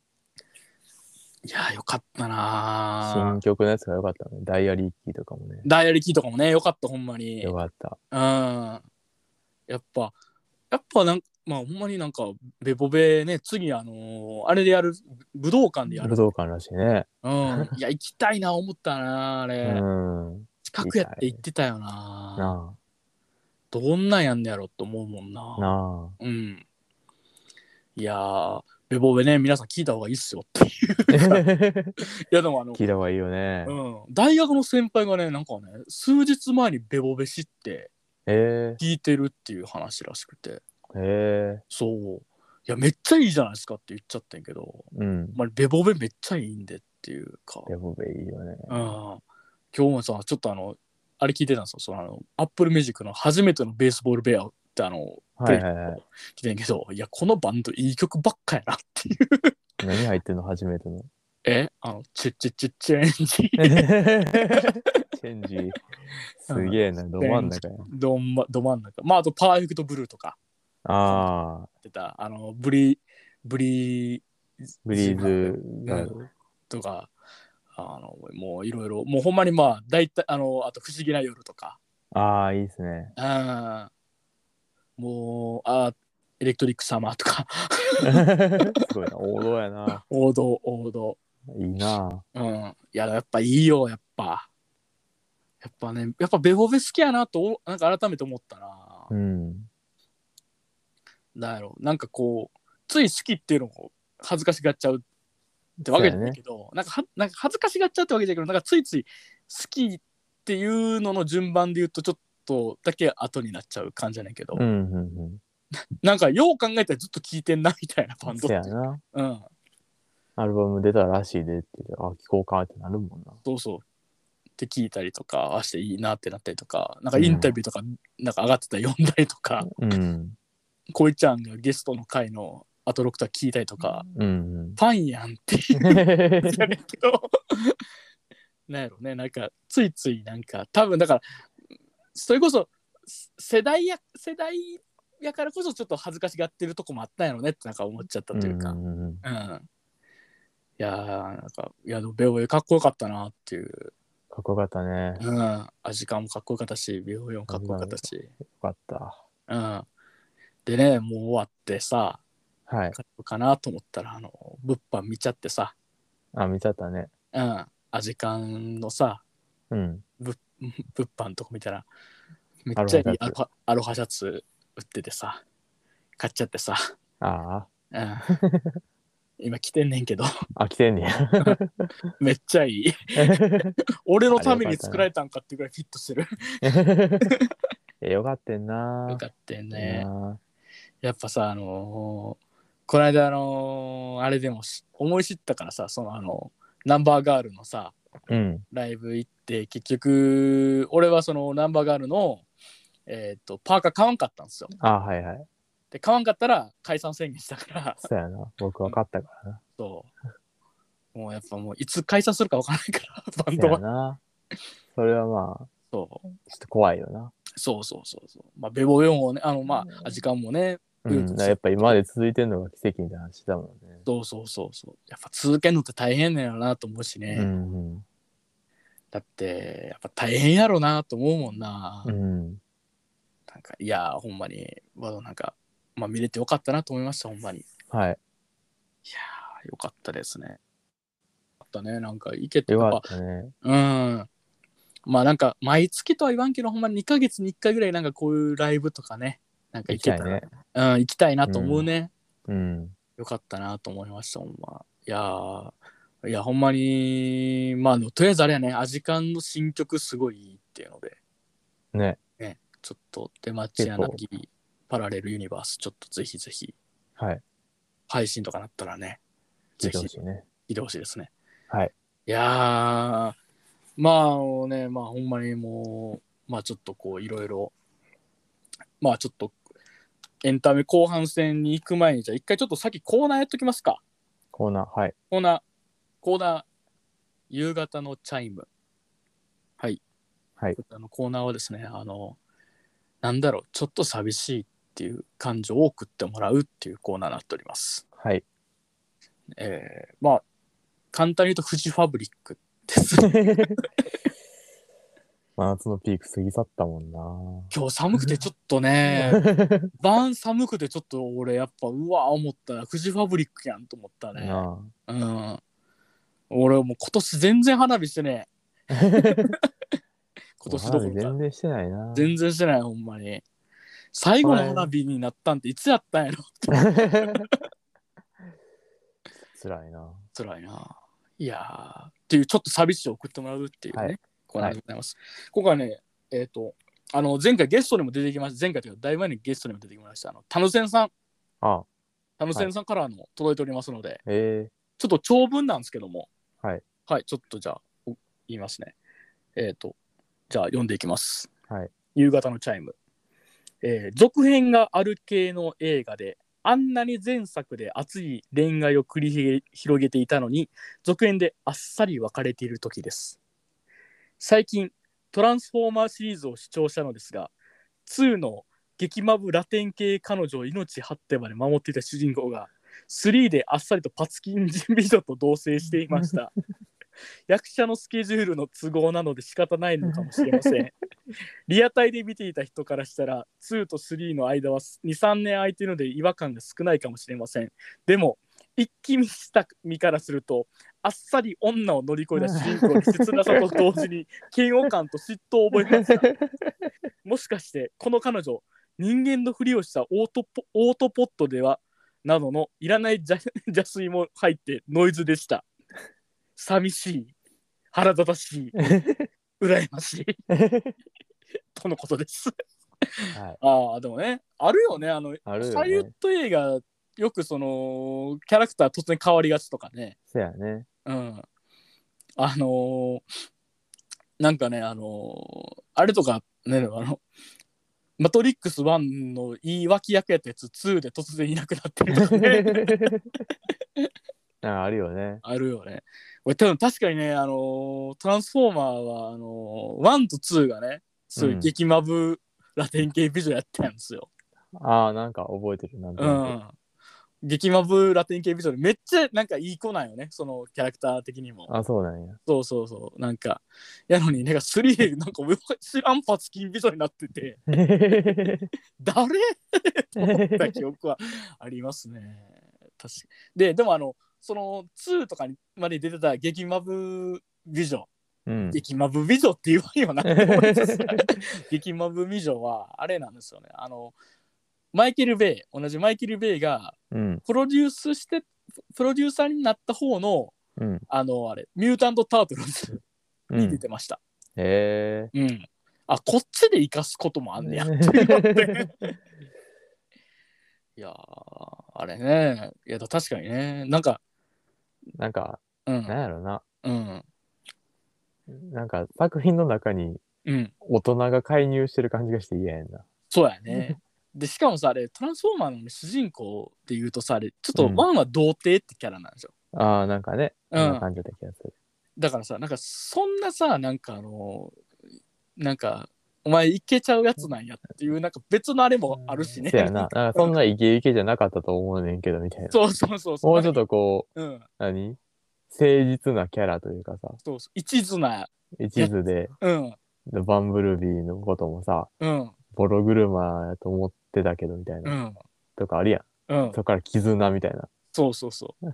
[SPEAKER 1] いやー、よかったなー
[SPEAKER 2] 新曲のやつが良かったね。ダイアリーキーとかもね。
[SPEAKER 1] ダイアリーキーとかもね、よかった、ほんまに。う
[SPEAKER 2] 良
[SPEAKER 1] ん。
[SPEAKER 2] かった。
[SPEAKER 1] やっぱ、やっぱなんまあ、ほんまになんか、ベボベね、次、あのーあれでやる、武道館でや
[SPEAKER 2] 武
[SPEAKER 1] る。
[SPEAKER 2] 道館らしいね。
[SPEAKER 1] うん。いや、行きたいな、思ったな、あ
[SPEAKER 2] う
[SPEAKER 1] れ。
[SPEAKER 2] ん。
[SPEAKER 1] 近くやって行ってたよな
[SPEAKER 2] な
[SPEAKER 1] どんなんやんねやろって思うもんな (laughs)
[SPEAKER 2] あ。な
[SPEAKER 1] うん。いやー、ベボベね、皆さん聞いた方がいいっすよ (laughs) っていう。
[SPEAKER 2] あ。聞
[SPEAKER 1] いや、でもあの、
[SPEAKER 2] いた方がいいよね。
[SPEAKER 1] うん、大学の先輩がねなんかね数日前にベボベ知って
[SPEAKER 2] え
[SPEAKER 1] 聞いてるっていう話らしくて
[SPEAKER 2] え。ええ。
[SPEAKER 1] そういやめっちゃいいじゃないですかって言っちゃってんけど、
[SPEAKER 2] うん。
[SPEAKER 1] まあ、ベボベめっちゃいいんでっていうか、
[SPEAKER 2] デボベいいよね。
[SPEAKER 1] うん、今日もさちょっとあのあれ聞いてたんですよそのあのアップルミュージックの初めてのベースボールベアってあの
[SPEAKER 2] はいは
[SPEAKER 1] (laughs)
[SPEAKER 2] いはい。
[SPEAKER 1] 聞いてんけどいやこのバンドいい曲ばっかやなっていう
[SPEAKER 2] 何入ってんの初めての。
[SPEAKER 1] えあのチュッチュッチュッチェンジ
[SPEAKER 2] (laughs) チェンジ。すげえな、ど真ん中や。
[SPEAKER 1] どん、ま、ど真ん中まああとパーフェクトブルーとか
[SPEAKER 2] ああ、
[SPEAKER 1] ってたあのブリブリ
[SPEAKER 2] ブリーズが。
[SPEAKER 1] とかあのもういろいろもうほんまにまあ大体あのあと「不思議な夜」とか
[SPEAKER 2] ああ、いいですね。 (laughs)
[SPEAKER 1] あーもうあーエレクトリックサマーとか (laughs)
[SPEAKER 2] すごいな、王道やな。
[SPEAKER 1] 王道王道
[SPEAKER 2] いいな。
[SPEAKER 1] うんいややっぱいいよやっぱやっぱねやっぱベボベ好きやなとおなんか改めて思ったな、
[SPEAKER 2] うん。
[SPEAKER 1] なんやろなんかこうつい好きっていうのを恥ずかしがっちゃうってわけじゃないけど、なんかはなんか恥ずかしがっちゃうってわけじゃないけどなんかついつい好きっていうのの順番で言うとちょっとだけ後になっちゃう感じじゃないけど、
[SPEAKER 2] うん、うん、
[SPEAKER 1] なんかよう考えたらずっと聴いてんなみたいな
[SPEAKER 2] う
[SPEAKER 1] バン
[SPEAKER 2] ん。
[SPEAKER 1] ドっ
[SPEAKER 2] そ
[SPEAKER 1] て
[SPEAKER 2] やな。
[SPEAKER 1] うん、
[SPEAKER 2] アルバム出たらしいでって言って、あ、聞こうかってなるもんな。
[SPEAKER 1] そうそうって聞いたりとかあしていいなってなったりとかなんかインタビューとか、なんか上がってたら読んだりとか
[SPEAKER 2] うん。
[SPEAKER 1] こいちゃんがゲストの回のアトロクター聞いたりとか、 (laughs)
[SPEAKER 2] うん。
[SPEAKER 1] ファンやんっていうじゃないけど、 (laughs) なんやろね、なんか、ついついなんか、多分だから、それこそ、せ世代や、世代やからこそちょっと恥ずかしがってるとこもあったんやろねってなんか思っちゃったというか、うん。
[SPEAKER 2] んん。
[SPEAKER 1] いやー、なんか、いや、でもベオベオかっこよかったなっていう、
[SPEAKER 2] かっこよかったね。よ
[SPEAKER 1] うん。あ時間もかっこよかったし、ベオベオもかっこよかったし、
[SPEAKER 2] かった。
[SPEAKER 1] うん。でね、もう終わってさ、
[SPEAKER 2] はい。
[SPEAKER 1] かっこよかなと思ったら、あの、物販見ちゃってさ、
[SPEAKER 2] あ、見ちゃったね。
[SPEAKER 1] うん。アジカンのさ、
[SPEAKER 2] うん。
[SPEAKER 1] (laughs) 物販のとこ見たらめっちゃいいアロハアロハシャツ売っててさ買っちゃってさ、
[SPEAKER 2] あ
[SPEAKER 1] うん
[SPEAKER 2] (laughs)
[SPEAKER 1] 今着てんねんけど (laughs)
[SPEAKER 2] あ、飽きてんねや。
[SPEAKER 1] めっちゃいい俺のために作られたんかっていうぐらいフィットしてる
[SPEAKER 2] (laughs) え、よかってんな。
[SPEAKER 1] よかったよね
[SPEAKER 2] な
[SPEAKER 1] やっぱさあのーこの間あのーあれでもし思い知ったからさそのあのナンバーガールのさ
[SPEAKER 2] うん。
[SPEAKER 1] ライブ行って結局俺はそのナンバーガールのえっ、とパーカー買わんかったんですよ
[SPEAKER 2] あ、はいはい。
[SPEAKER 1] で買わんかったら解散宣言したから
[SPEAKER 2] そうやな。僕分かったからな。
[SPEAKER 1] そう。もうやっぱもういつ解散するかわからないから、バン
[SPEAKER 2] そ
[SPEAKER 1] ド
[SPEAKER 2] うや
[SPEAKER 1] は。
[SPEAKER 2] な。それはまあ、
[SPEAKER 1] そう
[SPEAKER 2] ちょっと怖いよな。
[SPEAKER 1] そうそうそうそう。まあ、ベボヨンをね、あの、まあ、時間もね、
[SPEAKER 2] う
[SPEAKER 1] うん
[SPEAKER 2] ん。だからやっぱ今まで続いてんのが奇跡みたいな話だもんね。
[SPEAKER 1] そうそうそうそう。やっぱ続けるのって大変だよなと思うしね。
[SPEAKER 2] うんうん。
[SPEAKER 1] だって、やっぱ大変やろなと思うもんな。
[SPEAKER 2] うん。
[SPEAKER 1] なんか、いやー、ほんまに、まだなんか、まあ、見れてよかったなと思いました、ほんまに。い
[SPEAKER 2] はい。
[SPEAKER 1] やよかったですね。よかったね、なんか行けて
[SPEAKER 2] よ
[SPEAKER 1] やっ
[SPEAKER 2] か
[SPEAKER 1] ぱ
[SPEAKER 2] ったね。
[SPEAKER 1] うん。まあなんか、毎月とは言わんけど、ほんま2ヶ月に1回ぐらいなんかこういうライブとかね、なんか
[SPEAKER 2] 行
[SPEAKER 1] 行
[SPEAKER 2] き
[SPEAKER 1] け
[SPEAKER 2] た
[SPEAKER 1] た
[SPEAKER 2] い
[SPEAKER 1] ら、
[SPEAKER 2] ね。
[SPEAKER 1] うん、行きたいなと思うね。
[SPEAKER 2] うん。
[SPEAKER 1] よかったなと思いました、ほんま。いやー、いや、ほんまに、まあ、でもとりあえずあれやね、アジカンの新曲すごいいいっていうので、
[SPEAKER 2] ね。
[SPEAKER 1] ちょっと出待ち柳パラレルユニバース、ちょっとぜひぜひ、
[SPEAKER 2] はい。
[SPEAKER 1] 配信とかなったらね、ぜ
[SPEAKER 2] 聞いて
[SPEAKER 1] ひ
[SPEAKER 2] ほしいね。
[SPEAKER 1] 聞いてほしいですね。
[SPEAKER 2] はい。
[SPEAKER 1] いやー、まああのね、まあほんまにもう、まあちょっとこういろいろ、まあちょっとエンタメ後半戦に行く前に、じゃあ一回ちょっと先コーナーやっときますか。
[SPEAKER 2] コーナー、はい。
[SPEAKER 1] コーナー、コーナー、夕方のチャイム。はい。
[SPEAKER 2] はい
[SPEAKER 1] こちらのコーナーはですね、あの、なんだろう、ちょっと寂しいっていう感情を送ってもらうっていうコーナーになっております。
[SPEAKER 2] はい。
[SPEAKER 1] えー、まあ、簡単に言うと、フジファブリックです。
[SPEAKER 2] 真夏のピーク過ぎ去ったもんな。
[SPEAKER 1] 今日寒くてちょっと
[SPEAKER 2] (laughs)
[SPEAKER 1] ね、晩寒くてちょっと俺やっぱうわー思ったらフジファブリックやんと思ったね。
[SPEAKER 2] な
[SPEAKER 1] うん。俺もう今年全然花火してね。
[SPEAKER 2] (laughs) あ。
[SPEAKER 1] 今年どこ
[SPEAKER 2] お花火
[SPEAKER 1] ろか
[SPEAKER 2] 全然してないな。
[SPEAKER 1] 全然してないほんまに。最後の花火になったんっていつやったんやろ
[SPEAKER 2] (laughs) 辛いな。
[SPEAKER 1] 辛いな。いやーっていうちょっと寂しいを送ってもらうっていうね、
[SPEAKER 2] はい
[SPEAKER 1] コーナーでございます。今回ね、えっ、と、あの前回ゲストにも出てきました、前回というかだいぶ前にゲストにも出てきました、あの、タヌセンさん、
[SPEAKER 2] あ、
[SPEAKER 1] タヌセンさんからあの、届いておりますので、
[SPEAKER 2] え
[SPEAKER 1] ちょっと長文なんですけども。
[SPEAKER 2] はい。
[SPEAKER 1] はい、ちょっとじゃあ、お言いますね。えっ、と、じゃあ読んでいきます。
[SPEAKER 2] はい。
[SPEAKER 1] 夕方のチャイム。えー続編がある系の映画で、あんなに前作で熱い恋愛を繰り広げ広げていたのに、続編であっさり別れている時です。最近、トランスフォーマーシリーズを視聴したのですが、2の激マブラテン系彼女を命張ってまで守っていた主人公が、3であっさりとパツキン人美女と同棲していました。役者のスケジュールの都合なので仕方ないのかもしれません。リアタイで見ていた人からしたら、2と3の間は2、3年空いているので違和感が少ないかもしれません。でも、一気見した身からすると、あっさり女を乗り越えた主人公の切なさと同時に、嫌悪感と嫉妬を覚えました。もしかして、この彼女、人間のふりをしたオートポオートポットではなどのいらない邪 (laughs) 邪水も入ってノイズでした。寂しい、腹立たしい、羨ましい、
[SPEAKER 2] ー
[SPEAKER 1] とのことです。
[SPEAKER 2] (laughs) はい。
[SPEAKER 1] ああ、でもね、あるよね、あの、
[SPEAKER 2] あるよね
[SPEAKER 1] ハリウッド映画、よくその、キャラクター突然変わりがちとかね、
[SPEAKER 2] せやね。
[SPEAKER 1] うん。あのーなんかね、あのーあれとかね、あの、マトリックス1の言い訳役やったやつ2で突然いなくなってるとか (laughs) ね。
[SPEAKER 2] なんか (laughs) あるよね。
[SPEAKER 1] あるよね。俺多分確かにね、あのートランスフォーマーは、あのー、1と2がね、そういううん激マブラテン系美女やったんですよ。
[SPEAKER 2] ああ、なんか覚えてる。なんと
[SPEAKER 1] う。
[SPEAKER 2] なん
[SPEAKER 1] 激マブラテン系美女でめっちゃなんかいい子なんよね、そのキャラクター的にも
[SPEAKER 2] く。。あ、そうなんや。
[SPEAKER 1] そうそうそう。なんか、やのに、なんか3でなんか知らんパツキン美女になってて、 (laughs) 誰と思った記憶はありますね。確かで、でもあの、その2とかにまで出てた激マブ美女
[SPEAKER 2] うん。
[SPEAKER 1] 激マブ美女って言わんよな。 (laughs) 激マブ美女はあれなんですよね。あのマイケル・ベイ同じマイケル・ベイが
[SPEAKER 2] うん。
[SPEAKER 1] プロデュースしてプロデューサーになった方の
[SPEAKER 2] うん。
[SPEAKER 1] あのあれミュータント・タートルズ
[SPEAKER 2] う
[SPEAKER 1] に出
[SPEAKER 2] ん。
[SPEAKER 1] てました。
[SPEAKER 2] へえ。
[SPEAKER 1] うん。あこっちで生かすこともあんねや。いやーあれね。いやだ確かにね。なんか
[SPEAKER 2] (laughs) なんか、
[SPEAKER 1] う
[SPEAKER 2] なん
[SPEAKER 1] ん
[SPEAKER 2] やろな。
[SPEAKER 1] うん
[SPEAKER 2] なんか作品の中に
[SPEAKER 1] うん
[SPEAKER 2] 大人が介入してる感じがして嫌やんな。
[SPEAKER 1] そうやね。でしかもさあれトランスフォーマーの主人公っていうとさあれちょっと
[SPEAKER 2] うん
[SPEAKER 1] ワンは童貞ってキャラなんですよ。
[SPEAKER 2] ああ、なんかね。
[SPEAKER 1] うん
[SPEAKER 2] そんな感じだった気がする。
[SPEAKER 1] だからさなんかそんなさなんかあのなんかお前いけちゃうやつなんやっていうなんか別のあれもあるしね。
[SPEAKER 2] せやな。なんかそんなイケイケじゃなかったと思うねんけど、みたいな。
[SPEAKER 1] (laughs) そうそうそうそう。
[SPEAKER 2] もうちょっとこう、
[SPEAKER 1] うん、
[SPEAKER 2] 何誠実なキャラというかさ、
[SPEAKER 1] そうそう一途な
[SPEAKER 2] 一途で、
[SPEAKER 1] うん
[SPEAKER 2] バンブルビーのこともさ、
[SPEAKER 1] うん
[SPEAKER 2] ボロ車やと思ってたけどみたいうな、
[SPEAKER 1] ん
[SPEAKER 2] とかあるやん。
[SPEAKER 1] うん
[SPEAKER 2] そっから絆みたいな。
[SPEAKER 1] そうそうそう。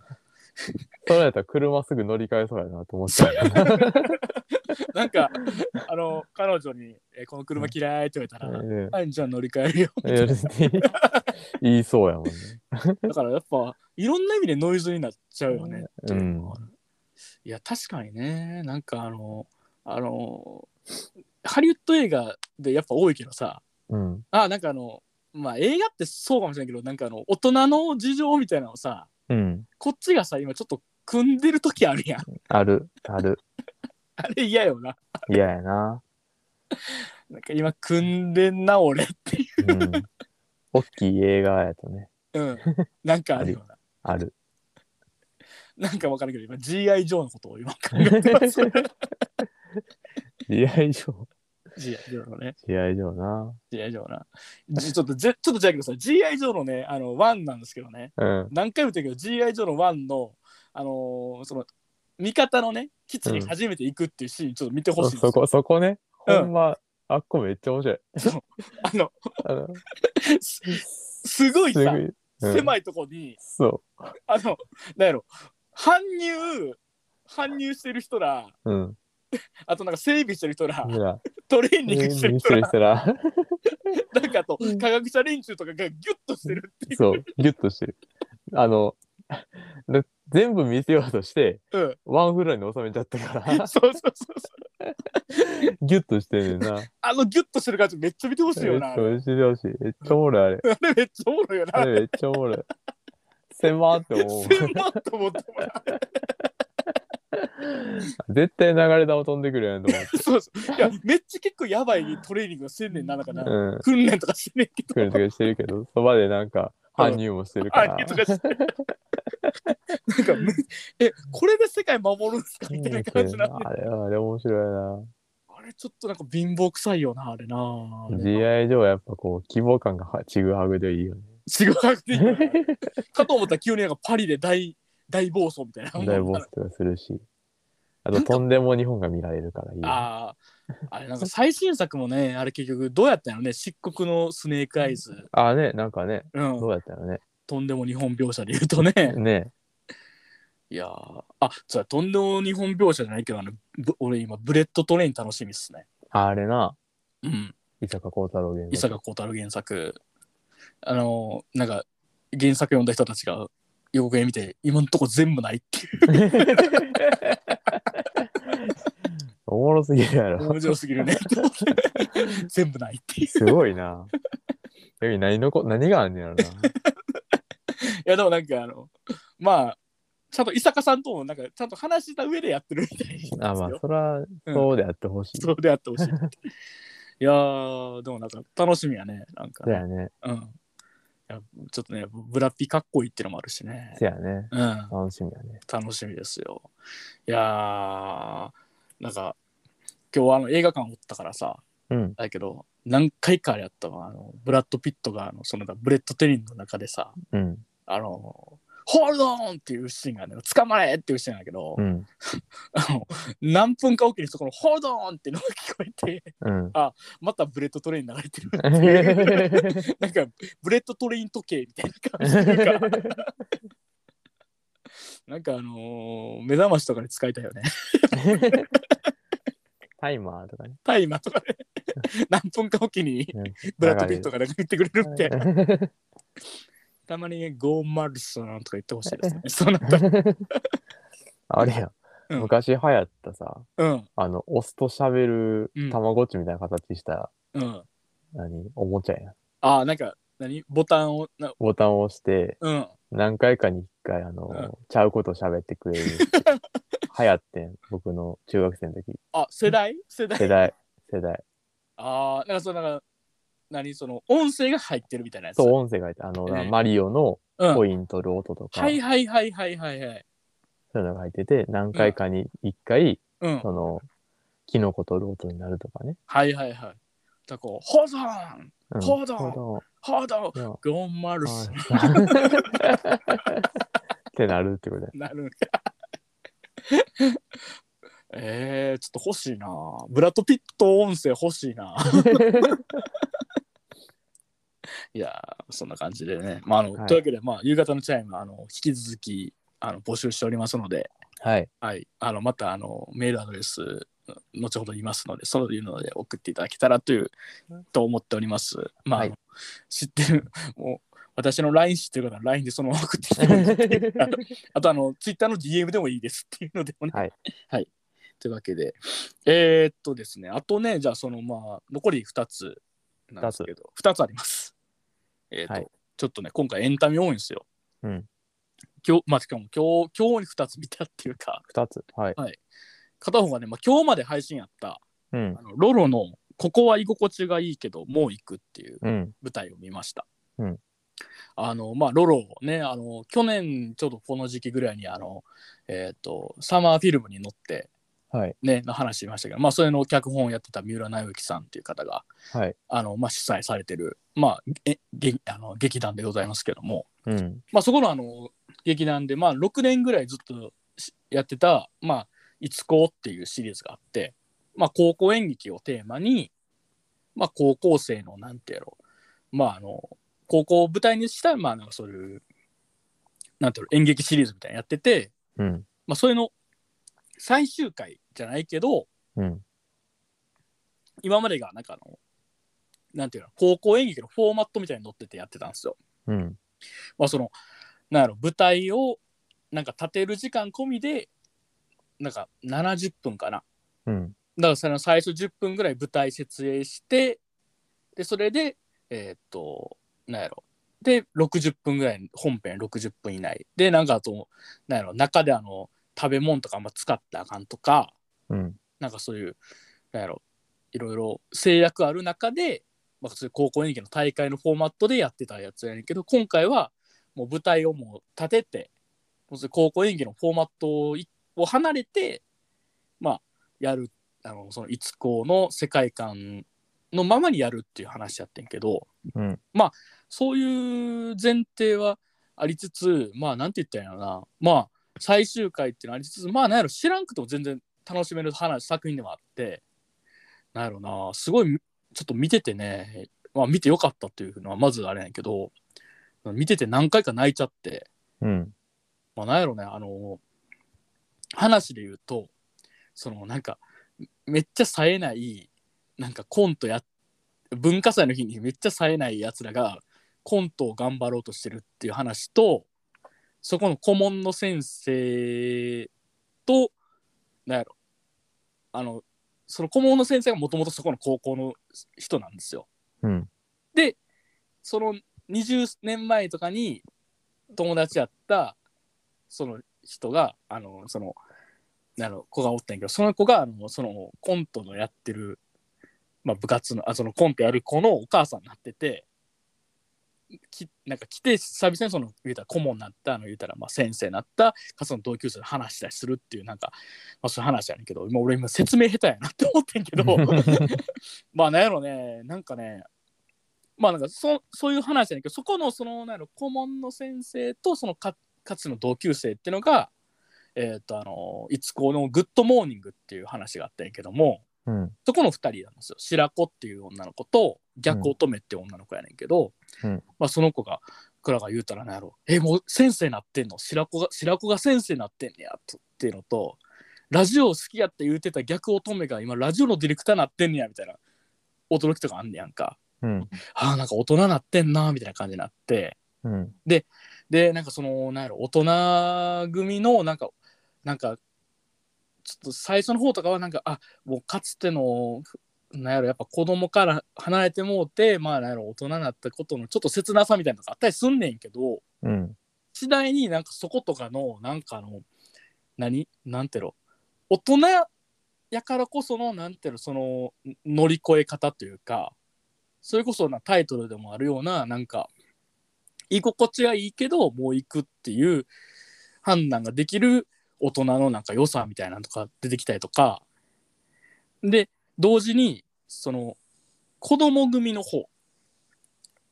[SPEAKER 2] それやったら車すぐ乗り換えそうやなと思ってたよ。
[SPEAKER 1] (laughs) なんか、あの、彼女に、えこの車嫌いって言われたら、
[SPEAKER 2] (laughs) え
[SPEAKER 1] はい、じゃあ乗り換えるよ。
[SPEAKER 2] えいや別に言いそうやもんね。
[SPEAKER 1] だからやっぱ、いろんな意味でノイズになっちゃうよねっていうのはあるいや、確かにね、なんかあの、あの、ハリウッド映画でやっぱ多いけどさ、
[SPEAKER 2] うん。
[SPEAKER 1] あ、なんかあの、まあ映画ってそうかもしれないけど、なんかあの、大人の事情みたいなのをさ、
[SPEAKER 2] うん。
[SPEAKER 1] こっちがさ、今ちょっと組んでる時あるやん。
[SPEAKER 2] ある、ある。
[SPEAKER 1] あれ嫌よな。
[SPEAKER 2] 嫌やな。
[SPEAKER 1] なんか今組んでんな、俺っていう。
[SPEAKER 2] うん。大きい映画やとね、
[SPEAKER 1] うん。なんかあるよな。
[SPEAKER 2] ある。
[SPEAKER 1] なんかわかるけど、今 GI ジョーのことを今考えて (laughs) ます。
[SPEAKER 2] 試合上。
[SPEAKER 1] GI ジョーのね。
[SPEAKER 2] 試合上な。
[SPEAKER 1] GI ジョーな。じちょっと、ぜちょっと違うけどさ、GI ジョーのね、あの、1なんですけどね。
[SPEAKER 2] うん。
[SPEAKER 1] 何回も言ってるけど、GI ジョーの1の、あのーその、味方のね、基地に初めて行くっていうシーン、ちょっと見てほしいんです
[SPEAKER 2] そ
[SPEAKER 1] よ
[SPEAKER 2] こ、そこね。
[SPEAKER 1] うん
[SPEAKER 2] ほんま、あっこめっちゃ面白い。
[SPEAKER 1] あの、
[SPEAKER 2] あの
[SPEAKER 1] すすごいさ、
[SPEAKER 2] うん
[SPEAKER 1] 狭いとこに、
[SPEAKER 2] そ
[SPEAKER 1] あの、なんやろ、搬入、搬入してる人ら、
[SPEAKER 2] う。うん。
[SPEAKER 1] あとなんか整備してる人ら
[SPEAKER 2] ほ、
[SPEAKER 1] (laughs)
[SPEAKER 2] ら、
[SPEAKER 1] トレーニングしてる
[SPEAKER 2] 見
[SPEAKER 1] 人
[SPEAKER 2] せ
[SPEAKER 1] ら
[SPEAKER 2] る、 (laughs) 人ら、
[SPEAKER 1] なんかあと科学者連中とかがギュッとしてるっていう。
[SPEAKER 2] そう、ギュッとしてる。あの、で全部見せようとして、
[SPEAKER 1] うん
[SPEAKER 2] ワンフロアに収めちゃったか
[SPEAKER 1] (laughs)
[SPEAKER 2] ら、(laughs)
[SPEAKER 1] そうそうそうそう。
[SPEAKER 2] ギュッとして
[SPEAKER 1] (laughs)
[SPEAKER 2] るねんな。
[SPEAKER 1] あのギュッとしてる感じめっちゃ見てほしいよな。あれ
[SPEAKER 2] えしてほしい。めっちゃおもろい、あれ。
[SPEAKER 1] (laughs) あれめっちゃおもろいよ
[SPEAKER 2] あ
[SPEAKER 1] な。
[SPEAKER 2] れめっちゃおもろい。 (laughs) 狭って思う。
[SPEAKER 1] 千万と思ってもらう。
[SPEAKER 2] (laughs) 絶対流れ玉飛んでくるやんと思って。
[SPEAKER 1] そうそう。いや、めっちゃ結構やばいトレーニングをしてんねんな、なんかな。
[SPEAKER 2] うん。
[SPEAKER 1] 訓練とかしてんねんけ
[SPEAKER 2] 来る
[SPEAKER 1] ど。
[SPEAKER 2] とかしてるけど、そばでなんか、
[SPEAKER 1] (laughs) うん
[SPEAKER 2] 搬入もしてるか
[SPEAKER 1] あ、
[SPEAKER 2] ら。
[SPEAKER 1] とかして。 (laughs) なんかめ、え、これで世界守るんすかみたいな感じなんで。
[SPEAKER 2] あれは、あれ面白
[SPEAKER 1] あれちょっとなんか貧乏臭いよな、あれな。あ
[SPEAKER 2] いな。
[SPEAKER 1] れ
[SPEAKER 2] GI 上はやっぱこう、規模感がはちぐはぐでいいよね。
[SPEAKER 1] 違うっていう (laughs) かかと思ったら急になんかパリで大、大暴走みたいな。
[SPEAKER 2] 大ボスとかするし。あと、とんでも日本が見られるからいいよね。
[SPEAKER 1] ああ、あれなんか最新作もね、あれ結局どうやったのね、漆黒のスネークアイズ、
[SPEAKER 2] ああね、なんかね、
[SPEAKER 1] うん
[SPEAKER 2] どうやったのね。
[SPEAKER 1] とんでも日本描写で言うとね、
[SPEAKER 2] ね。
[SPEAKER 1] いやーあ、そうやとんでも日本描写じゃないけど、あのぶ俺今、ブレッドトレイン楽しみっすね。
[SPEAKER 2] あれな、
[SPEAKER 1] うん、
[SPEAKER 2] 伊坂幸太郎原
[SPEAKER 1] 伊坂幸太郎原作。あのーなんか原作読んだ人たちが予告編見て、今んとこ全部ないっていう。
[SPEAKER 2] おもろすぎるや
[SPEAKER 1] (laughs)
[SPEAKER 2] ろ。
[SPEAKER 1] 面白すぎるね。と思って全部ないっていう。
[SPEAKER 2] すごいな。逆に何のこ何があんねやろな。
[SPEAKER 1] いやでもなんかあのまあちゃんと伊坂さんともなんかちゃんと話した上でやってるみたいなんです (laughs) よ。
[SPEAKER 2] あまあ、そら、そうであってほしい。
[SPEAKER 1] そうであってほしい。いやーでもなんか楽しみやねなんか
[SPEAKER 2] だよね。
[SPEAKER 1] うんいやちょっとねブラピかっこいいってのもあるしね
[SPEAKER 2] せやね。
[SPEAKER 1] うん
[SPEAKER 2] 楽しみやね。
[SPEAKER 1] 楽しみですよいやーなんか今日はあの映画館おったからさ
[SPEAKER 2] うん。
[SPEAKER 1] だけど何回かあれやったわあのブラッド・ピットがあのそのブレッド・テリンの中でさ
[SPEAKER 2] うん。
[SPEAKER 1] あの、ホールドオンっていうシーンがね、捕まれっていうシーンなんだけど、
[SPEAKER 2] うん。
[SPEAKER 1] あの、何分かおきにそこのホールドオンってのが聞こえて、
[SPEAKER 2] うん。
[SPEAKER 1] またブレッドトレイン流れてるっていう。
[SPEAKER 2] う
[SPEAKER 1] なんか、ブレッドトレイン時計みたいな感じというか、なんかあのー目覚ましとかで使いたいよね。
[SPEAKER 2] (laughs) タイマーとかね。
[SPEAKER 1] タイマーとかで、何分かおきに
[SPEAKER 2] うん
[SPEAKER 1] ブラッドピットがなんか言ってくれるみたいな。
[SPEAKER 2] (laughs)
[SPEAKER 1] たまにゴーマルソンとか言ってほしいですね。そうなったら。
[SPEAKER 2] (laughs) あれや、
[SPEAKER 1] うん
[SPEAKER 2] 昔流行ったさ、
[SPEAKER 1] うん、
[SPEAKER 2] あの、押すと喋る
[SPEAKER 1] うん
[SPEAKER 2] たまごっちみたいな形した、
[SPEAKER 1] うん。
[SPEAKER 2] 何、おもちゃや。
[SPEAKER 1] ああ、なんか、何ボタンを、な
[SPEAKER 2] ボタンを押して、
[SPEAKER 1] うん。
[SPEAKER 2] 何回かに一回、あの、
[SPEAKER 1] うん
[SPEAKER 2] ちゃうこと喋ってくれ
[SPEAKER 1] (laughs)
[SPEAKER 2] る。流行ってん、僕の中学生の時。
[SPEAKER 1] あ、世代世代
[SPEAKER 2] 世代、世代。
[SPEAKER 1] ああ、なんかその、なんか、何その、音声が入ってるみたいなやつ。
[SPEAKER 2] そう、音声がいて、あの、
[SPEAKER 1] うん
[SPEAKER 2] マリオの
[SPEAKER 1] うん。
[SPEAKER 2] コイン取る音とか、
[SPEAKER 1] はいはいはいはいはいはい。
[SPEAKER 2] そういうのが入ってて、何回かに一回、
[SPEAKER 1] うん。
[SPEAKER 2] その、キノコ取る音になるとかね。
[SPEAKER 1] はいはいはい。だからこう、ホードン
[SPEAKER 2] うん、
[SPEAKER 1] コード
[SPEAKER 2] コ
[SPEAKER 1] ホードン
[SPEAKER 2] ード
[SPEAKER 1] ゴンマルス
[SPEAKER 2] (laughs) ってなるっ
[SPEAKER 1] (laughs)
[SPEAKER 2] てことだよ
[SPEAKER 1] なるんか。えー、ちょっと欲しいなブラッド・ピット音声欲しいな (laughs) いやーそんな感じでね、まああの
[SPEAKER 2] はい
[SPEAKER 1] というわけで、まあ、夕方のチャイムはあの引き続きあの募集しておりますので、
[SPEAKER 2] はい。
[SPEAKER 1] はい、あのまたあのメールアドレス後ほど言いますのでそういうので送っていただけたらというと思っております。まあ、
[SPEAKER 2] はい
[SPEAKER 1] 知ってる (laughs) もう私の LINE 知ってる方は LINE でそのまま送ってきて
[SPEAKER 2] (laughs)
[SPEAKER 1] もらってあとあの Twitter の DM でもいいですっていうのでもね。
[SPEAKER 2] はい、
[SPEAKER 1] はいというわけでえーっとですねあとねじゃあそのまあ残り2つなんですけど 2, つあります。えーっと
[SPEAKER 2] はい
[SPEAKER 1] ちょっとね今回エンタメ多いんですよ。
[SPEAKER 2] うん。
[SPEAKER 1] 今日まあしかも今日今日に2つ見たっていうか
[SPEAKER 2] 二つ。はい。
[SPEAKER 1] 片方がね、まあ、今日まで配信やった
[SPEAKER 2] うん
[SPEAKER 1] あ。のロロの「ここは居心地がいいけどもう行く」っていう
[SPEAKER 2] うん。
[SPEAKER 1] 舞台を見ました。
[SPEAKER 2] うん
[SPEAKER 1] あのまあ、ロロねあの去年ちょうどこの時期ぐらいにあの、えー、とサマーフィルムに乗って、
[SPEAKER 2] はい。
[SPEAKER 1] ね、の話しましたけど、まあ、それの脚本をやってた三浦直之さんっていう方が
[SPEAKER 2] はい。
[SPEAKER 1] あの、まあ、主催されてる、まあ、えげあの劇団でございますけども、
[SPEAKER 2] うん。
[SPEAKER 1] まあ、そこのあの劇団で、まあ、6年ぐらいずっとしやってた「まあ、いつこう」っていうシリーズがあって、まあ、高校演劇をテーマに、まあ、高校生のなんてやろう、まあ、あの高校を舞台にした、まあ、なんかそういうなんていうの演劇シリーズみたいなのやってて、
[SPEAKER 2] うん。
[SPEAKER 1] まあ、それの最終回じゃないけど
[SPEAKER 2] うん。
[SPEAKER 1] 今までがなんかあのなんていうの高校演劇のフォーマットみたいに乗っててやってたんですよ。
[SPEAKER 2] うん。
[SPEAKER 1] まあそのなんやろ舞台をなんか立てる時間込みでなんか70分かな
[SPEAKER 2] うん。
[SPEAKER 1] だからその最初10分ぐらい舞台設営してでそれでえーっとなんやろで60分ぐらい本編60分以内でなんかあとなんやろ中であの食べ物とかあんま使ったらあかんとか
[SPEAKER 2] うん。
[SPEAKER 1] なんかそういうなんやろいろいろ制約ある中で、まあ、そういう高校演劇の大会のフォーマットでやってたやつやねんけど今回はもう舞台をもう立ててもうそういう高校演劇のフォーマットをいを離れて、まあ、やるあのそのいつこの世界観のままにやるっていう話やってんけど、
[SPEAKER 2] うん
[SPEAKER 1] まあそういう前提はありつつまあなんて言ったんやろなまあ最終回っていうのありつつまあなんやろ知らんくても全然楽しめる話作品でもあってなんやろなすごいちょっと見ててねまあ見てよかったっていうのはまずあれなんやけど見てて何回か泣いちゃって
[SPEAKER 2] うん。
[SPEAKER 1] まあなんやろねあの話で言うとそのなんかめっちゃ冴えないなんかコントや文化祭の日にめっちゃ冴えないやつらがコントを頑張ろうとしてるっていう話とそこの顧問の先生となんやろあのその顧問の先生がもともとそこの高校の人なんですよ。
[SPEAKER 2] うん。
[SPEAKER 1] でその20年前とかに友達やったその人があのそのあの子がおったんやけどその子があのそのコントのやってる、まあ、部活のあそのコントやる子のお母さんになっててきなんか来て久々にその言うたら顧問になったあの言うたらまあ先生になったかその同級生の話したりするっていうなんか、まあ、そういう話やねんけど今俺今説明下手やなって思ってんけどまあなんやろねなんかねまあなんかそそういう話やねんけどそこのそのなんやろ顧問の先生とそのかかつの同級生っていうのがえっ、とあのいつこの「グッドモーニング」っていう話があったんやけども
[SPEAKER 2] うん。
[SPEAKER 1] そこの2人なんですよ白子っていう女の子と逆乙女っていう女の子やねんけど、
[SPEAKER 2] うん
[SPEAKER 1] まあ、その子がクラが言うたらなんやろ「えもう先生なってんの白子が白子が先生なってんねや」とっていうのと「ラジオ好きやって言うてた逆乙女が今ラジオのディレクターなってんねや」みたいな驚きとかあんねやんか。
[SPEAKER 2] うん。
[SPEAKER 1] ああなんか大人なってんなみたいな感じになって
[SPEAKER 2] うん。
[SPEAKER 1] でなんかそのなんやろ大人組のなんかなんかちょっと最初の方とかはなんかあもうかつてのなんやろやっぱ子供から離れてもうてまあなんやろ大人になったことのちょっと切なさみたいなのがあったりすんねんけど
[SPEAKER 2] うん。
[SPEAKER 1] 次第になんかそことかのなんかあの何なんていうの大人やからこそのなんていうのそのん乗り越え方というかそれこそなタイトルでもあるようななんか居心地はいいけどもう行くっていう判断ができる大人のなんか良さみたいなのとか出てきたりとかで同時にその子供組の方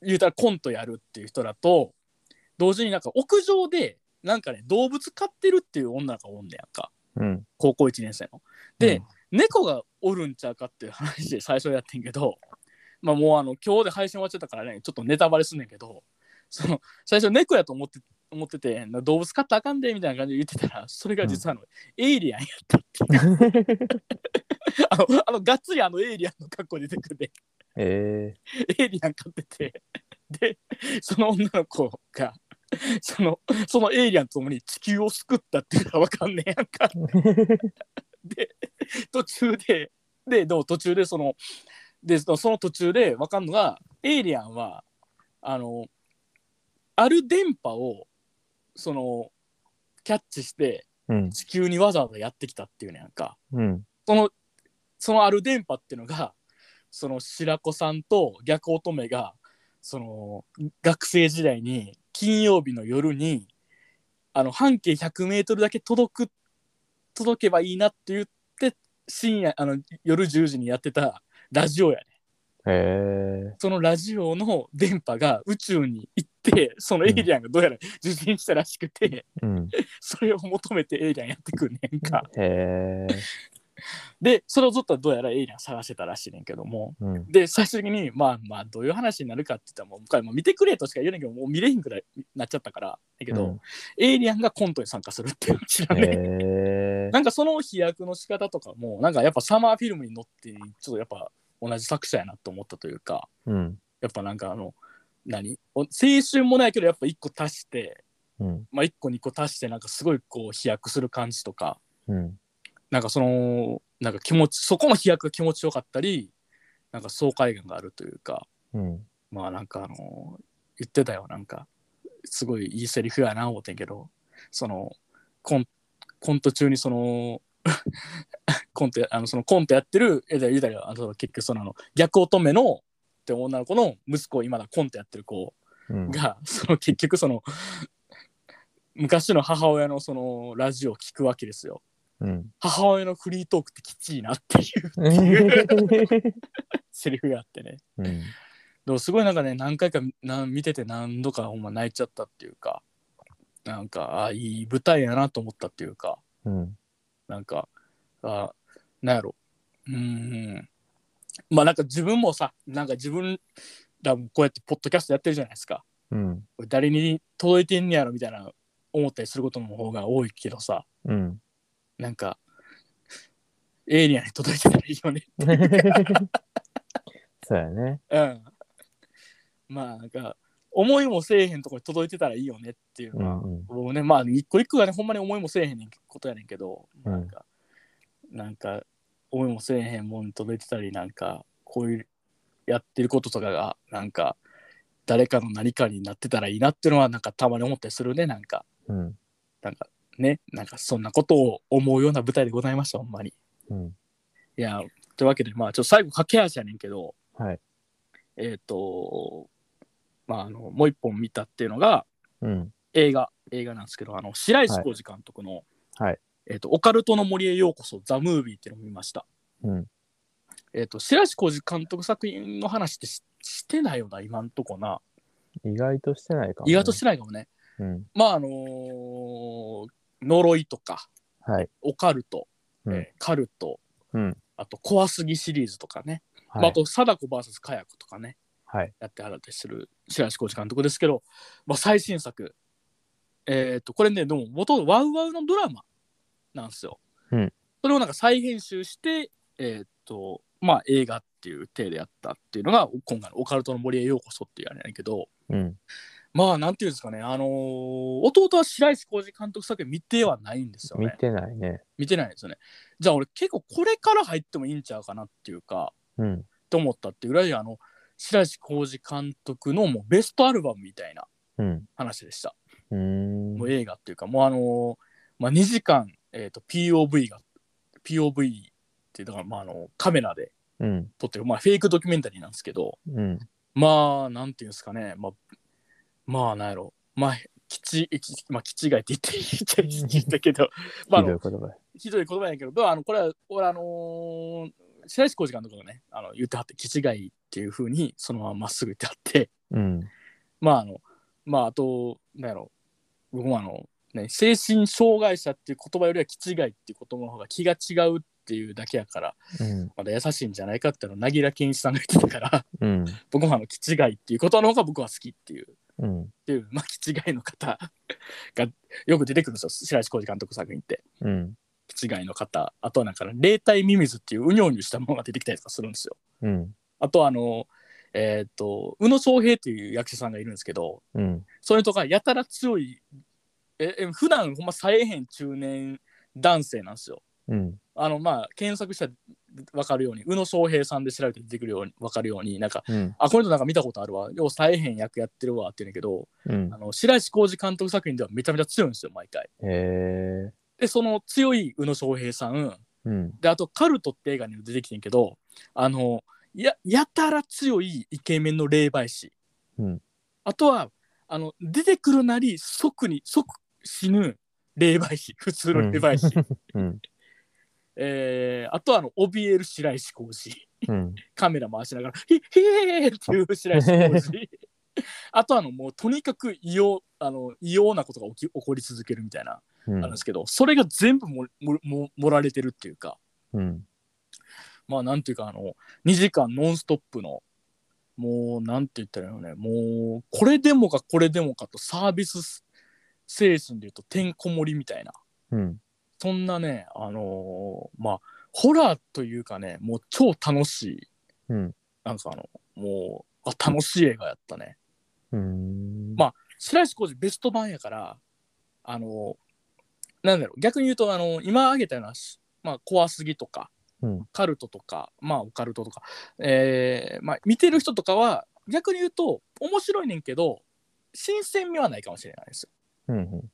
[SPEAKER 1] 言うたらコントやるっていう人だと同時になんか屋上でなんかね動物飼ってるっていう女の子がおんねやんか
[SPEAKER 2] うん。
[SPEAKER 1] 高校1年生の。で、、猫がおるんちゃうかっていう話で最初やってんけどまあもうあの今日で配信終わっちゃったからねちょっとネタバレすんねんけどその最初猫やと思って思っててな動物飼ったらあかんでみたいな感じで言ってたらそれが実はあの、エイリアンやったっていうあのあのがっつりあのエイリアンの格好出てくるんで
[SPEAKER 2] え
[SPEAKER 1] エイリアン飼っててでその女の子がそのそのエイリアンと共に地球を救ったっていうのは分かんねえやんか (laughs)
[SPEAKER 2] ー、
[SPEAKER 1] 途中でででも途中でそのでそのその途中で分かんのがエイリアンはあのある電波をそのキャッチして
[SPEAKER 2] うん
[SPEAKER 1] 地球にわざわざやってきたっていうねやんか
[SPEAKER 2] うん
[SPEAKER 1] そのそのある電波っていうのがその白子さんと逆乙女がその学生時代に金曜日の夜にあの半径 100m だけ届く届けばいいなって言って深夜あの夜10時にやってたラジオやね
[SPEAKER 2] え
[SPEAKER 1] そのラジオの電波が宇宙に行ってそのエイリアンがどうやら受信したらしくて、
[SPEAKER 2] ー、うん
[SPEAKER 1] それを求めてエイリアンやってくんねんか、
[SPEAKER 2] えー、
[SPEAKER 1] でそれをずっとどうやらエイリアン探してたらしいねんけども、
[SPEAKER 2] うん
[SPEAKER 1] で最終的にまあまあどういう話になるかって言ったらもうこれもう見てくれとしか言えないけどもう見れへんくらいなっちゃったからだけど、
[SPEAKER 2] うん
[SPEAKER 1] エイリアンがコントに参加するっていう知らね、
[SPEAKER 2] えー、
[SPEAKER 1] なんかその飛躍の仕方とかもなんかやっぱサマーフィルムに乗ってちょっとやっぱ同じ作者やなと思ったというか
[SPEAKER 2] うん
[SPEAKER 1] やっぱなんかあの何お青春もないけどやっぱ一個足して
[SPEAKER 2] うん
[SPEAKER 1] まあ一個二個足してなんかすごいこう飛躍する感じとか
[SPEAKER 2] うん
[SPEAKER 1] なんかそのなんか気持ちそこの飛躍が気持ちよかったりなんか爽快感があるというか
[SPEAKER 2] うん
[SPEAKER 1] まあなんかあの言ってたよなんかすごいいいセリフやな思ってんけどそのコンコント中にその (laughs) コントやあのそのコントやってるえだ言うたらあの結局そのあの逆乙女のって女の子の息子今だコントやってる子
[SPEAKER 2] うん
[SPEAKER 1] が、その結局その昔の母親のそのラジオを聞くわけですよ
[SPEAKER 2] うん
[SPEAKER 1] 母親のフリートークってきちいなっていうセリフがあってね
[SPEAKER 2] うん
[SPEAKER 1] でもすごいなんかね何回かな見てて何度かほんま泣いちゃったっていうかなんかあいい舞台やなと思ったっていうか
[SPEAKER 2] うん
[SPEAKER 1] なんかあなんやろうーんまあなんか自分もさなんか自分らもこうやってポッドキャストやってるじゃないですか
[SPEAKER 2] うん
[SPEAKER 1] これ誰に届いてんねやろみたいな思ったりすることの方が多いけどさ
[SPEAKER 2] うん
[SPEAKER 1] なんかエイリアンに届いてたらいいよね
[SPEAKER 2] そうやね
[SPEAKER 1] うん。まあなんか思いもせえへんとこに届いてたらいいよねっていう
[SPEAKER 2] う
[SPEAKER 1] のは、
[SPEAKER 2] んうん
[SPEAKER 1] 僕もねまあ一個一個がねほんまに思いもせえへんねんことやねんけど、
[SPEAKER 2] うん
[SPEAKER 1] なんかなんか思いもせえへんもんに届いてたりなんかこういうやってることとかがなんか誰かの何かになってたらいいなっていうのはなんかたまに思ったりするねなんか
[SPEAKER 2] うん
[SPEAKER 1] なんかねなんかそんなことを思うような舞台でございましたほんまに。
[SPEAKER 2] うん
[SPEAKER 1] いや、というわけで、まあ、ちょっと最後、駆け足やねんけど、
[SPEAKER 2] はい
[SPEAKER 1] えっ、と、まあ、あの、もう一本見たっていうのが、
[SPEAKER 2] うん
[SPEAKER 1] 映画、映画なんですけど、あの、白石浩二監督の、
[SPEAKER 2] はい
[SPEAKER 1] えっ、と、オカルトの森へようこそ、ザ・ムービーっていうのを見ました。
[SPEAKER 2] うん
[SPEAKER 1] えっ、と、白石浩二監督作品の話ってししてないよな、今んとこな。
[SPEAKER 2] 意外としてないかもね
[SPEAKER 1] 意外としてないかもね。
[SPEAKER 2] うん
[SPEAKER 1] まあ、あのー呪いとか、
[SPEAKER 2] はい
[SPEAKER 1] オカルト、
[SPEAKER 2] うん
[SPEAKER 1] えーカルト、
[SPEAKER 2] うん
[SPEAKER 1] あと、怖すぎシリーズとかね。ま
[SPEAKER 2] は
[SPEAKER 1] あ、あ
[SPEAKER 2] い
[SPEAKER 1] と貞子 VS カヤ子とかね
[SPEAKER 2] はい
[SPEAKER 1] やってはらってする白石浩二監督ですけど、まあ、最新作えっ、とこれねでも元々ワウワウのドラマなんですよ、
[SPEAKER 2] うん
[SPEAKER 1] それをなんか再編集してえっ、とまあ映画っていう体でやったっていうのが今回の「オカルトの森へようこそ」っていうあれやねんけど
[SPEAKER 2] うん
[SPEAKER 1] まあなんていうんですかねあのー弟は白石浩二監督作品見てはないんですよ
[SPEAKER 2] 見
[SPEAKER 1] ね
[SPEAKER 2] てないね
[SPEAKER 1] 見てないですよねじゃあ俺結構これから入ってもいいんちゃうかなっていうか
[SPEAKER 2] うん
[SPEAKER 1] と思ったっていうぐらいあの白石浩二監督のもうベストアルバムみたいな
[SPEAKER 2] うん
[SPEAKER 1] 話でした、
[SPEAKER 2] うーん
[SPEAKER 1] もう映画っていうかもうあのーまあ、2時間、えー、と POV が POV っていうのが、まあ、あのカメラで
[SPEAKER 2] うん
[SPEAKER 1] 撮ってる、まあ、フェイクドキュメンタリーなんですけど
[SPEAKER 2] うん
[SPEAKER 1] まあなんていうんですかねまあまあなんやろまあきちきまあきちがいって言って言っちゃい言った (laughs) けどまああ
[SPEAKER 2] ひど
[SPEAKER 1] の
[SPEAKER 2] い言葉
[SPEAKER 1] ひどい言葉やけど、でもあのこれは、俺、あのー白石浩二監督がね、あの言ってはって、気違いっていうふうに、そのまままっすぐ言ってはって、 (laughs)
[SPEAKER 2] うん
[SPEAKER 1] まあ、あの、まあ、あと、なんやろ、僕もあの、ね、精神障害者っていう言葉よりは、気違いっていう言葉の方が気が違うっていうだけやから、
[SPEAKER 2] うん
[SPEAKER 1] まだ優しいんじゃないかっていうのを、なぎら健一さんが言ってたから、 (laughs)
[SPEAKER 2] うん
[SPEAKER 1] 僕もあの、気違いっていう言葉の方が僕は好きっていう
[SPEAKER 2] うん。
[SPEAKER 1] ていう巻き違いの方がよく出てくるんですよ白石浩二監督作品って。
[SPEAKER 2] うん。
[SPEAKER 1] 巻き違いの方あとはなんか霊体ミミズっていううにょうにょしたものが出てきたりとかするんですよ。
[SPEAKER 2] うん。
[SPEAKER 1] あとはあのえっ、と宇野昌平っていう役者さんがいるんですけど
[SPEAKER 2] うん。
[SPEAKER 1] それとかやたら強いええ普段ほんまさえへん中年男性なんですよ。
[SPEAKER 2] うん。
[SPEAKER 1] あのまあ検索したら分かるように宇野昌平さんで調べて出てくるように分かるようになんか
[SPEAKER 2] うん。
[SPEAKER 1] あこの人なんか見たことあるわようさえへん役やってるわって言うんやけど
[SPEAKER 2] うん
[SPEAKER 1] あ。の白石浩二監督作品ではめちゃめちゃ強いんですよ毎回。
[SPEAKER 2] へえ。
[SPEAKER 1] でその強い宇野昌平さん
[SPEAKER 2] うん。
[SPEAKER 1] であと「カルト」って映画にも出てきてんけどあのややたら強いイケメンの霊媒師、
[SPEAKER 2] うん
[SPEAKER 1] あとはあの出てくるなり即に即死ぬ霊媒師 (laughs) 普通の霊媒師、
[SPEAKER 2] (laughs) うん。
[SPEAKER 1] えーあとはあの怯える白石浩二
[SPEAKER 2] うん。
[SPEAKER 1] カメラ回しながら「ひひえー!」っていう白石浩
[SPEAKER 2] (laughs)
[SPEAKER 1] 二あとあのもうとにかく異様あの異様なことが起き起こり続けるみたいな、
[SPEAKER 2] う
[SPEAKER 1] あるん
[SPEAKER 2] ん
[SPEAKER 1] ですけどそれが全部ももも盛られてるっていうか
[SPEAKER 2] うん。
[SPEAKER 1] まあなんていうかあの2時間ノンストップのもうなんて言ったらいいのねもうこれでもかこれでもかとサービス精神でいうとてんこ盛りみたいな
[SPEAKER 2] うん。
[SPEAKER 1] そんなねあのーまあホラーというかねもう超楽しい
[SPEAKER 2] うん。
[SPEAKER 1] なんかあのもうあ楽しい映画やったね
[SPEAKER 2] うん。
[SPEAKER 1] まあ白石浩二ベスト版やからあのーなんだろう逆に言うとあの今挙げたようなし、まあ、怖すぎとか
[SPEAKER 2] うん。
[SPEAKER 1] カルトとか、まあ、オカルトとか、えーまあ、見てる人とかは逆に言うと面白いねんけど新鮮味はないかもしれないですよ
[SPEAKER 2] うん。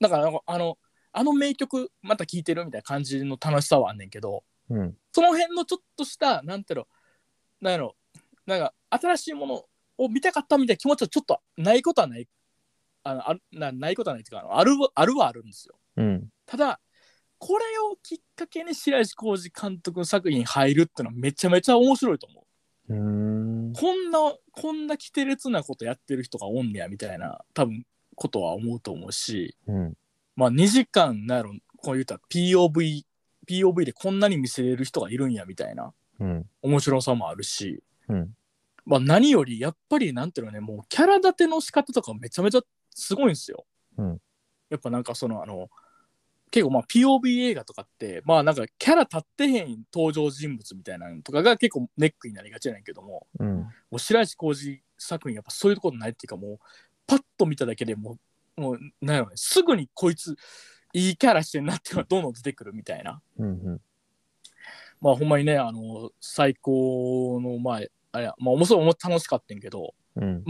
[SPEAKER 1] だからあのあのあの名曲また聴いてるみたいな感じの楽しさはあんねんけど
[SPEAKER 2] うん。
[SPEAKER 1] その辺のちょっとしたなんていうのなんやろなんか新しいものを見たかったみたいな気持ちはちょっとないことはないあのあるなないことはないっていうかあのあるあるはあるんですよ
[SPEAKER 2] うん。
[SPEAKER 1] ただこれをきっかけに白石浩二監督の作品に入るってのはめちゃめちゃ面白いと思う
[SPEAKER 2] うん。
[SPEAKER 1] こんなこんな奇てれつなことやってる人がおんねやみたいな多分ことは思うと思うし
[SPEAKER 2] うん。
[SPEAKER 1] まあ2時間なんやろこう言うたら POV POV でこんなに見せれる人がいるんやみたいな
[SPEAKER 2] うん。
[SPEAKER 1] 面白さもあるし、
[SPEAKER 2] うん
[SPEAKER 1] まあ、何よりやっぱりなんていうのねもうキャラ立ての仕方とかめちゃめちゃすごいんですよ。
[SPEAKER 2] うん
[SPEAKER 1] やっぱなんかそのあの結構まあ POV 映画とかってまあなんかキャラ立ってへん登場人物みたいなのとかが結構ネックになりがちやねんけども
[SPEAKER 2] うん。
[SPEAKER 1] もう白石浩二作品やっぱそういうところないっていうかもうパッと見ただけでもうもうなんやろねすぐにこいついいキャラしてんなっていうのがどんどん出てくるみたいな
[SPEAKER 2] うん。
[SPEAKER 1] まあほんまにねあの最高のまああれやまあ面白いも楽しかったんけど
[SPEAKER 2] うん。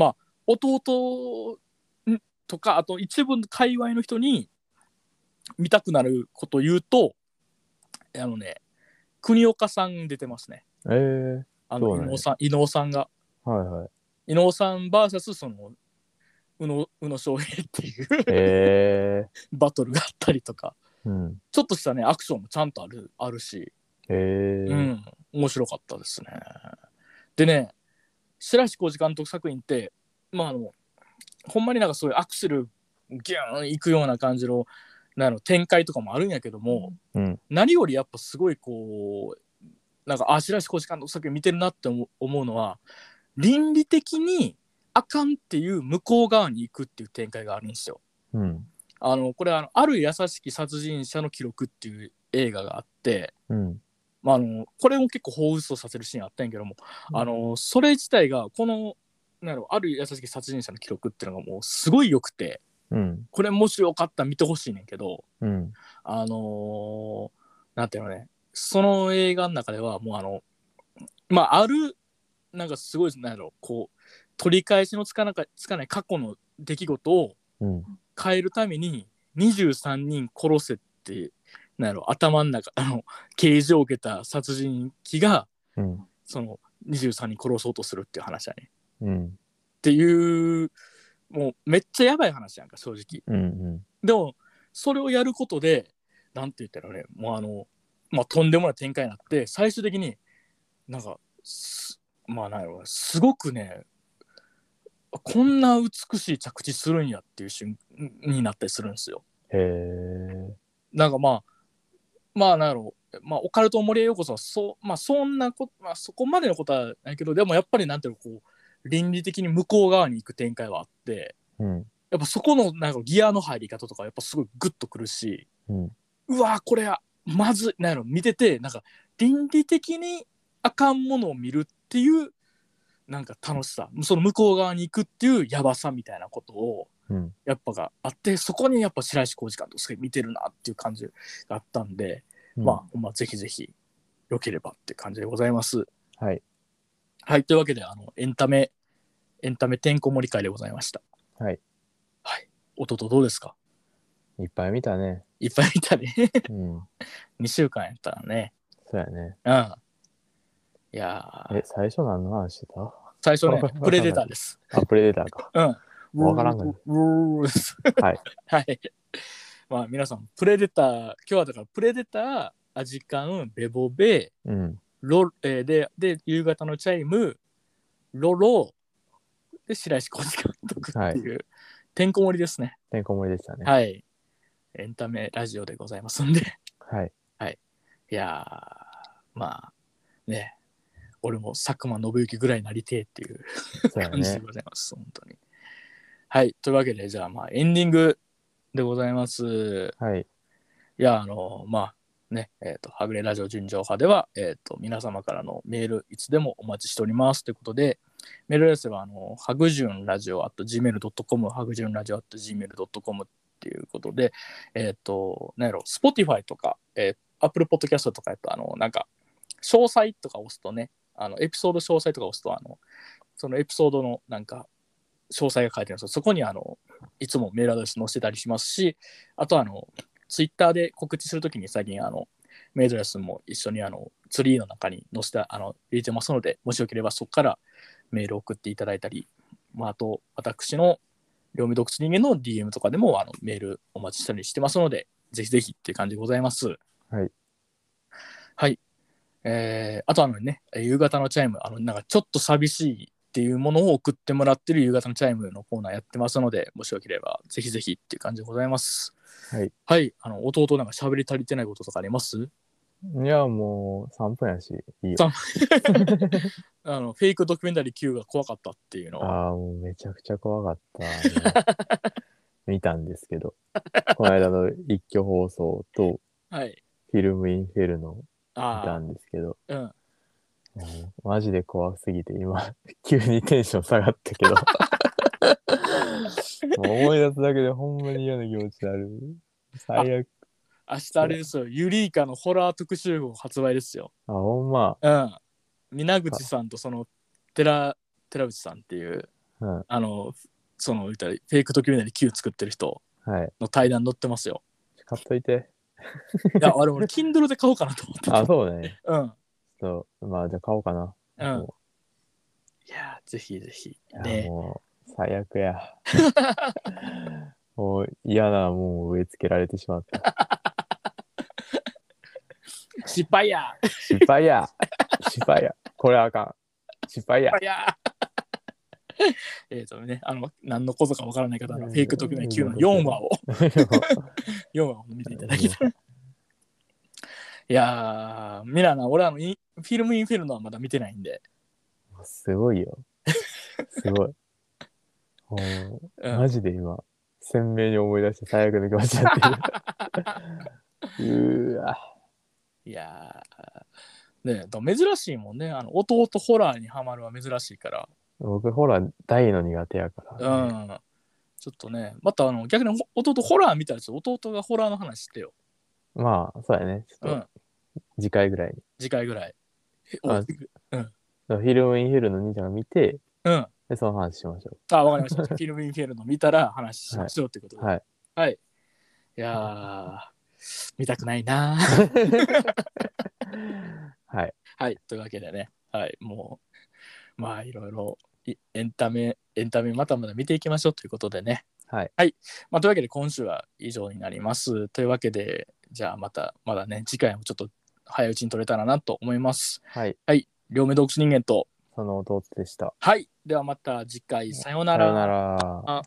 [SPEAKER 1] 弟んとかあと一部の界隈の人に見たくなることを言うとあのね国岡さん出てますね
[SPEAKER 2] ええ。
[SPEAKER 1] あの
[SPEAKER 2] そ
[SPEAKER 1] 伊
[SPEAKER 2] うなんや
[SPEAKER 1] 能さん,、伊能さんが
[SPEAKER 2] はいはい。
[SPEAKER 1] 伊能さん VS その宇野宇野昌平っていう (laughs)
[SPEAKER 2] ええ。
[SPEAKER 1] バトルがあったりとか (laughs)
[SPEAKER 2] うん。
[SPEAKER 1] ちょっとしたねアクションもちゃんとあるあるし
[SPEAKER 2] ええ。
[SPEAKER 1] う。ん、面白かったですね。でね白石浩二監督作品ってまああのほんまになんかそういうアクセルギューンいくような感じのなんやろ展開とかもあるんやけども、
[SPEAKER 2] うん。
[SPEAKER 1] 何よりやっぱすごいこうなんかあ白石浩二監督作品見てるなって思う思うのは倫理的にあかんっていう向こう側に行くっていう展開があるんですよ。
[SPEAKER 2] うん。
[SPEAKER 1] あのこれあの「ある優しき殺人者の記録」っていう映画があって、
[SPEAKER 2] うん。
[SPEAKER 1] まあ、あのこれも結構放送させるシーンあったんやけども、
[SPEAKER 2] うん
[SPEAKER 1] あのそれ自体がこのなんやろある優しき殺人者の記録っていうのがもうすごい良くて
[SPEAKER 2] うん。
[SPEAKER 1] これもしよかったら見てほしいねんけど
[SPEAKER 2] うん。
[SPEAKER 1] あのーなんていうのねその映画の中ではもうあのまああるなんかすごいなんやろこう取り返しのつかなかつかない過去の出来事を
[SPEAKER 2] うん。
[SPEAKER 1] 変えるために23人殺せってなんやろ頭の中あの刑事を受けた殺人鬼が
[SPEAKER 2] うん。
[SPEAKER 1] その23人殺そうとするっていう話だね。
[SPEAKER 2] うん。
[SPEAKER 1] っていうもうめっちゃやばい話やんか正直。
[SPEAKER 2] うん。
[SPEAKER 1] でもそれをやることでなんて言ったらねもうあの、まあ、とんでもない展開になって最終的になんかすまあなんやろうなすごくねこんな美しい着地するんやっていう瞬になったりするんですよ。
[SPEAKER 2] へえ。
[SPEAKER 1] なんかまあまあなんやろうまあオカルト森へようこそはそうまあそんなこ、まあ、そこまでのことはないけどでもやっぱりなんていうのこう倫理的に向こう側に行く展開はあっって
[SPEAKER 2] うん。
[SPEAKER 1] やっぱそこのなんかギアの入り方とかやっぱすごいグッとくるし
[SPEAKER 2] うん。
[SPEAKER 1] うわーこれまずいなんやろ見ててなんか倫理的にあかんものを見るっていうなんか楽しさその向こう側に行くっていうやばさみたいなことを
[SPEAKER 2] うん。
[SPEAKER 1] やっぱがあってそこにやっぱ白石浩二監督すごい見てるなっていう感じがあったんで、まあほんまぜひぜひよければって感じでございます。
[SPEAKER 2] あ。はい。
[SPEAKER 1] はいというわけであのエンタメエンタメてんこ盛り会でございました。
[SPEAKER 2] はい。
[SPEAKER 1] はい、弟どうですか (laughs)
[SPEAKER 2] いっぱい見たね。
[SPEAKER 1] いっぱい見たね (laughs)
[SPEAKER 2] うん。
[SPEAKER 1] 2週間やったらね。
[SPEAKER 2] そうやね。
[SPEAKER 1] うん。いやー
[SPEAKER 2] え、最初何の話してた
[SPEAKER 1] 最初ね、プレデターです。
[SPEAKER 2] あ、プレデターか。
[SPEAKER 1] うん。
[SPEAKER 2] わからんがな
[SPEAKER 1] うーうーです。
[SPEAKER 2] はい。
[SPEAKER 1] (laughs) はい。まあ皆さん、プレデター、今日はだからプレデター、アジカン、ベボベ、
[SPEAKER 2] うん。
[SPEAKER 1] ロえーで、で、夕方のチャイム、ロロ、で、白石浩二監督っていう、てんこ盛りですね。
[SPEAKER 2] てんこ盛りでしたね。
[SPEAKER 1] はい。エンタメラジオでございますんで。 (laughs)
[SPEAKER 2] はい。
[SPEAKER 1] いやー、まあ、ね、俺も佐久間信行ぐらいになりてえっていう。
[SPEAKER 2] そうや
[SPEAKER 1] 感じで
[SPEAKER 2] ね。
[SPEAKER 1] ございます、本当に。はい、というわけで、じゃあ、まあ、エンディングでございます。
[SPEAKER 2] はい。
[SPEAKER 1] いや、あの、まあ、ね、えっ、と、はぐれラジオ純情派では、えっ、と、皆様からのメール、いつでもお待ちしておりますということで、メールですは、あの、はぐじゅんラジオ at gmail.com、はぐじゅんラジオ at gmail.com っていうことで、えっ、と、なんやろ、Spotify とか、えー、Apple Podcast とかやと、あの、なんか、詳細とか押すとね、あの、エピソード詳細とか押すと、あの、そのエピソードの、なんか、詳細が書いてあるんですよ。そこに、あの、いつもメールアドレス載せたりしますし、あと、あの、ツイッターで告知するときに最近あのメイドレスも一緒にあのツリーの中に載せてあの入れてますのでもしよければそこからメールを送っていただいたり、まあ、あと私の両目洞窟人間の DM とかでもあのメールお待ちしたりしてますのでぜひぜひっていう感じでございます
[SPEAKER 2] はい
[SPEAKER 1] はいえー、あとあのね夕方のチャイムあのなんかちょっと寂しいっていうものを送ってもらってる夕方のチャイムのコーナーやってますのでもしよければぜひぜひっていう感じでございますはい、あの弟なんか喋り足りてないこととかあります
[SPEAKER 2] いや、もう3分やし、いいよ。
[SPEAKER 1] さんあのフェイクドキュメンタリー Q が怖かったっていうのは。
[SPEAKER 2] ああ、もうめちゃくちゃ怖かった。
[SPEAKER 1] (laughs)
[SPEAKER 2] 見たんですけど。この間の一挙放送と、
[SPEAKER 1] はい。
[SPEAKER 2] フィルムインフェルノ見た
[SPEAKER 1] あ
[SPEAKER 2] んですけど、
[SPEAKER 1] あ、うん。
[SPEAKER 2] うんマジで怖すぎて、今、急にテンション下がっ
[SPEAKER 1] (laughs)
[SPEAKER 2] たけど。もう思い出すだけでほんまに嫌な気持ちになる。最悪。
[SPEAKER 1] 明日あれですよ、ユリイカのホラー特集号発売ですよ。
[SPEAKER 2] あ、ほんま。
[SPEAKER 1] うん。皆口さんとその寺寺内さんっていう、
[SPEAKER 2] うん。
[SPEAKER 1] あの、その言ったらフェイクドキュメンタリー Q 作ってる人
[SPEAKER 2] はい。
[SPEAKER 1] の対談載ってますよ。
[SPEAKER 2] 買っといて。
[SPEAKER 1] いや、あれ俺、Kindle で買おうかなと思ってた
[SPEAKER 2] あ、そうね。
[SPEAKER 1] うん。
[SPEAKER 2] そう。まあ、じゃあ買おうかな。
[SPEAKER 1] うん
[SPEAKER 2] も
[SPEAKER 1] いやー、ぜひぜひ。
[SPEAKER 2] ういや
[SPEAKER 1] ね。
[SPEAKER 2] もう、最
[SPEAKER 1] (laughs)
[SPEAKER 2] 悪や。もう嫌なもんを植え付けられてしまった。
[SPEAKER 1] 失敗や
[SPEAKER 2] 失敗や。失敗や。これはあかん。失敗や。 (laughs)
[SPEAKER 1] いやえっとね、あの、何のことかわからない方は、フェイク特命9の4話を、4話を見ていただきたい。いやー、ミラーな、俺あの、インフィルムインフェルノはまだ見てないんで、
[SPEAKER 2] すごいよ。すごい。ほん
[SPEAKER 1] う
[SPEAKER 2] マ
[SPEAKER 1] ん、
[SPEAKER 2] ジで今、鮮明に思い出して最悪の気持ちになって
[SPEAKER 1] (laughs)
[SPEAKER 2] る。うーわ。
[SPEAKER 1] いやー、ねだから珍しいもんね、あの、弟ホラーにはまるは珍しいから、
[SPEAKER 2] 僕、ほら、大の苦手やから
[SPEAKER 1] う。ん。ちょっとね、またあの逆にほ弟ホラー見たらちょっと弟がホラーの話してよ。
[SPEAKER 2] まあ、そうやね。ち
[SPEAKER 1] う
[SPEAKER 2] ょっ
[SPEAKER 1] ん
[SPEAKER 2] と、、次回ぐらいに。
[SPEAKER 1] 次回ぐらい。え
[SPEAKER 2] あフィルムインフェルの兄ちゃんが見て、
[SPEAKER 1] うん。
[SPEAKER 2] で、その話しましょ
[SPEAKER 1] あ、わかりま
[SPEAKER 2] (laughs)
[SPEAKER 1] した。フィルムインフェルノ見たら話しましょうってことで。
[SPEAKER 2] う。はい。
[SPEAKER 1] はい。い、やー、 (laughs) 見たくない (laughs) なー
[SPEAKER 2] はい。
[SPEAKER 1] はい。というわけでね、はい。もう、まあ、いろいろいエンタメ、エンタメまたまた見ていきましょうということでね。
[SPEAKER 2] はい。
[SPEAKER 1] まあ、というわけで、今週は以上になります。というわけで、じゃあまた、まだね、次回もちょっと早いうちに撮れたらなと思います。
[SPEAKER 2] はい。
[SPEAKER 1] 両目洞窟人間と。
[SPEAKER 2] その弟でした。
[SPEAKER 1] はい。ではまた次回、さよう
[SPEAKER 2] さ
[SPEAKER 1] な
[SPEAKER 2] よう
[SPEAKER 1] ら。
[SPEAKER 2] なら。